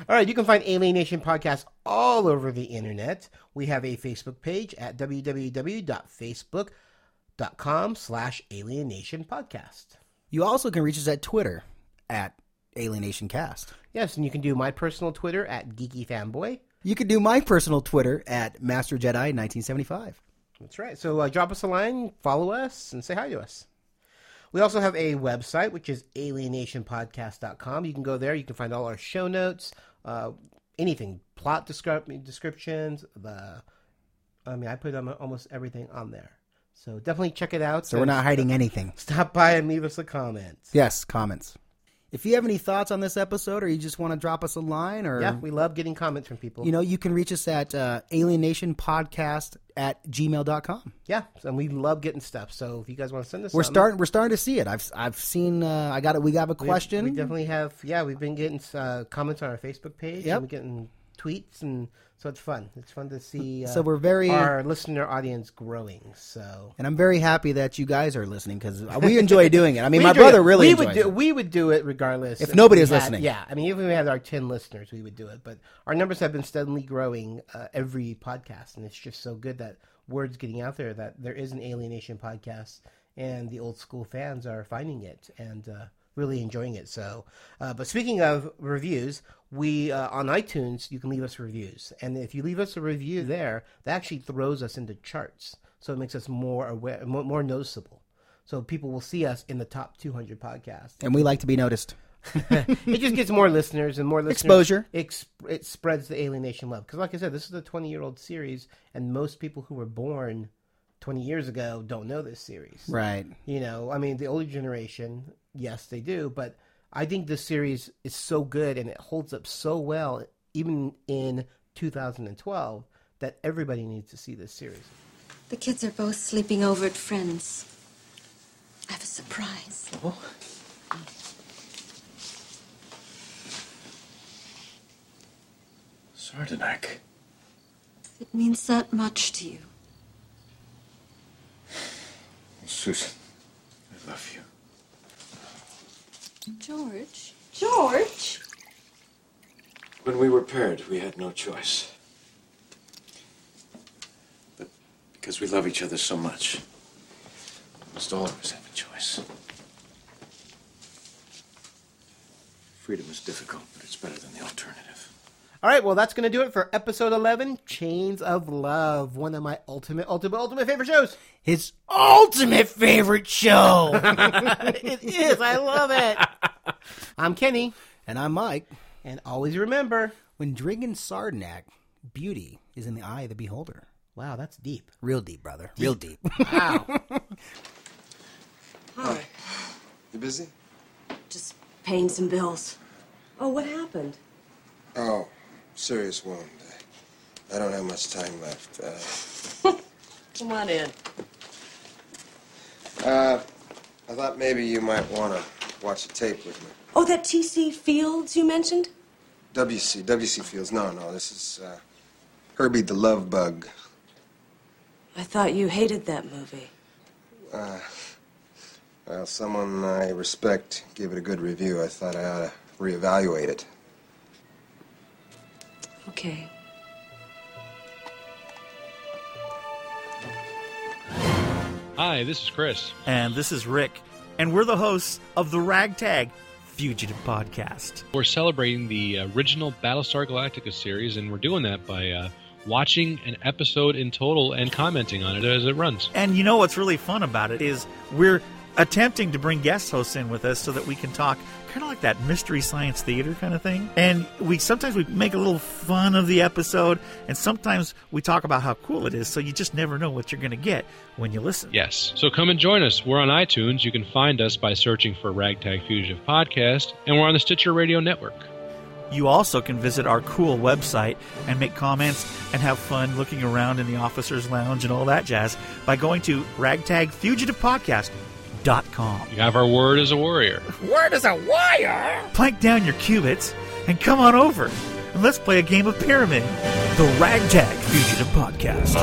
[SPEAKER 2] All right, you can find Alienation Podcast all over the internet. We have a Facebook page at www.facebook.com slash alienation podcast.
[SPEAKER 3] You also can reach us at Twitter at Alienation Cast.
[SPEAKER 2] Yes, and you can do my personal Twitter at Geeky Fanboy.
[SPEAKER 3] You can do my personal Twitter at Master Jedi 1975.
[SPEAKER 2] That's right. So uh, drop us a line, follow us, and say hi to us. We also have a website, which is alienationpodcast.com. You can go there. You can find all our show notes, uh, anything, plot descri- descriptions. The, I mean, I put almo- almost everything on there. So definitely check it out.
[SPEAKER 3] So we're not hiding anything.
[SPEAKER 2] Stop by and leave us a comment.
[SPEAKER 3] Yes, comments. If you have any thoughts on this episode or you just want to drop us a line or
[SPEAKER 2] Yeah, we love getting comments from people.
[SPEAKER 3] you know, you can reach us at uh, alienationpodcast at gmail.com.
[SPEAKER 2] yeah, and we love getting stuff. So if you guys want to send us,
[SPEAKER 3] We're
[SPEAKER 2] something,
[SPEAKER 3] starting we're starting to see it. I've I've seen uh, I got it. We have a
[SPEAKER 2] we-
[SPEAKER 3] question.
[SPEAKER 2] We, definitely have. Yeah, we've been getting uh, comments on our Facebook page.
[SPEAKER 3] Yep.
[SPEAKER 2] and we're getting tweets, and so it's fun. It's fun to see. Uh,
[SPEAKER 3] So we're very-
[SPEAKER 2] our listener audience growing. So
[SPEAKER 3] and I'm very happy that you guys are listening because Uh, we enjoy doing it. I mean,
[SPEAKER 2] We
[SPEAKER 3] my
[SPEAKER 2] enjoy
[SPEAKER 3] brother
[SPEAKER 2] it.
[SPEAKER 3] really
[SPEAKER 2] we
[SPEAKER 3] enjoys
[SPEAKER 2] would
[SPEAKER 3] it.
[SPEAKER 2] do, we would do it regardless
[SPEAKER 3] If nobody
[SPEAKER 2] we
[SPEAKER 3] is
[SPEAKER 2] had-
[SPEAKER 3] listening.
[SPEAKER 2] Yeah, I mean, even if we had our ten listeners, we would do it. But our numbers have been steadily growing uh, every podcast, and it's just so good that word's getting out there that there is an alienation podcast, and the old school fans are finding it and uh, really enjoying it. So, uh, but speaking of reviews. We uh, on iTunes, you can leave us reviews, and if you leave us a review there, that actually throws us into charts, so it makes us more aware, more, more noticeable. So people will see us in the top 200 podcasts.
[SPEAKER 3] And we like to be noticed.
[SPEAKER 2] it just gets more listeners and more listeners.
[SPEAKER 3] Exposure.
[SPEAKER 2] It, it spreads the alienation love. Because, like I said, this is a 20 year old series, and most people who were born 20 years ago don't know this series.
[SPEAKER 3] Right.
[SPEAKER 2] You know, I mean, the older generation, yes, they do, but I think this series is so good and it holds up so well, even in 2012, that everybody needs to see this series.
[SPEAKER 9] The kids are both sleeping over at friends. I have a surprise.
[SPEAKER 6] Sardinak.
[SPEAKER 9] It means that much to you.
[SPEAKER 6] Susan, I love you.
[SPEAKER 9] George? George?
[SPEAKER 6] When we were paired, we had no choice. But because we love each other so much, almost all of us have a choice. Freedom is difficult, but it's better than the alternative.
[SPEAKER 2] All right, well, that's going to do it for episode 11 Chains of Love, one of my ultimate, ultimate, ultimate favorite shows.
[SPEAKER 3] His ultimate favorite show.
[SPEAKER 2] it is. I love it. I'm Kenny.
[SPEAKER 3] And I'm Mike.
[SPEAKER 2] And always remember
[SPEAKER 3] when drinking Sardinak, beauty is in the eye of the beholder.
[SPEAKER 2] Wow, that's deep.
[SPEAKER 3] Real deep, brother. Real deep.
[SPEAKER 9] Wow.
[SPEAKER 12] Hi.
[SPEAKER 4] You busy?
[SPEAKER 12] Just paying some bills. Oh, what happened?
[SPEAKER 4] Oh, serious wound. I don't have much time left. Uh,
[SPEAKER 12] Come on in.
[SPEAKER 4] uh, I thought maybe you might want to watch a tape with me.
[SPEAKER 12] Oh, that T.C. Fields you mentioned?
[SPEAKER 4] WC, WC Fields. No, no, this is uh, Herbie the Love Bug.
[SPEAKER 12] I thought you hated that movie.
[SPEAKER 4] Uh, well, someone I respect gave it a good review. I thought I ought to reevaluate it.
[SPEAKER 12] Okay.
[SPEAKER 20] Hi, this is Chris.
[SPEAKER 21] And this is Rick, and we're the hosts of the Ragtag Fugitive Podcast.
[SPEAKER 20] We're celebrating the original Battlestar Galactica series, and we're doing that by uh, watching an episode in total and commenting on it as it runs.
[SPEAKER 21] And you know what's really fun about it is we're attempting to bring guest hosts in with us so that we can talk kind of like that mystery science theater kind of thing. And we sometimes we make a little fun of the episode and sometimes we talk about how cool it is, so you just never know what you're going to get when you listen.
[SPEAKER 20] Yes. So come and join us. We're on iTunes. You can find us by searching for Ragtag Fugitive Podcast, and we're on the Stitcher Radio Network.
[SPEAKER 21] You also can visit our cool website and make comments and have fun looking around in the officers lounge and all that jazz by going to ragtagfugitivepodcast.com.
[SPEAKER 20] You have our word as a warrior.
[SPEAKER 21] Where does a wire? Plank down your cubits and come on over and let's play a game of pyramid. The Ragtag Fugitive Podcast.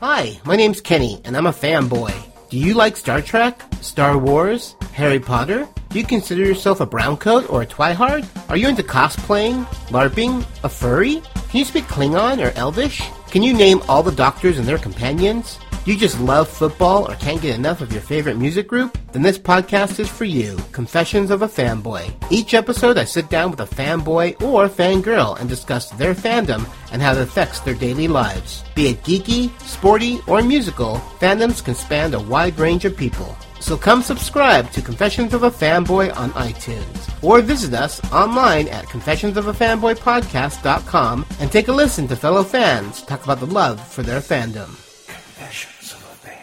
[SPEAKER 2] Hi, my name's Kenny, and I'm a fanboy. Do you like Star Trek, Star Wars, Harry Potter, Do you consider yourself a browncoat or a twihard? Are you into cosplaying, LARPing, a furry? Can you speak Klingon or Elvish? Can you name all the doctors and their companions? Do you just love football or can't get enough of your favorite music group? Then this podcast is for you Confessions of a Fanboy. Each episode, I sit down with a fanboy or fangirl and discuss their fandom and how it affects their daily lives. Be it geeky, sporty, or musical, fandoms can span a wide range of people. So come subscribe to Confessions of a Fanboy on iTunes or visit us online at confessionsofafanboypodcast.com and take a listen to fellow fans talk about the love for their fandom.
[SPEAKER 18] Confessions of a fan.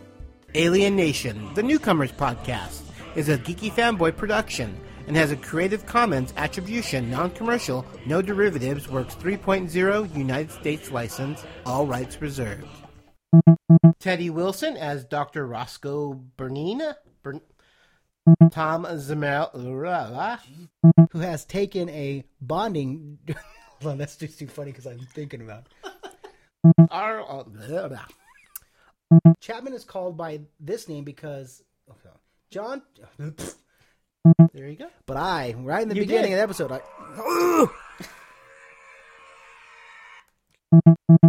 [SPEAKER 2] Alien Nation, the Newcomers Podcast, is a geeky fanboy production and has a Creative Commons Attribution, Non Commercial, No Derivatives Works 3.0 United States license, all rights reserved. Teddy Wilson as Dr. Roscoe Bernina, Bern- Tom Zamel,
[SPEAKER 3] who has taken a bonding. Hold on, that's just too funny because I'm thinking about.
[SPEAKER 2] Our, uh, blah, blah.
[SPEAKER 3] it. Chapman is called by this name because okay, John.
[SPEAKER 2] There you go.
[SPEAKER 3] But I, right in the
[SPEAKER 2] You
[SPEAKER 3] beginning
[SPEAKER 2] did.
[SPEAKER 3] of the episode, I.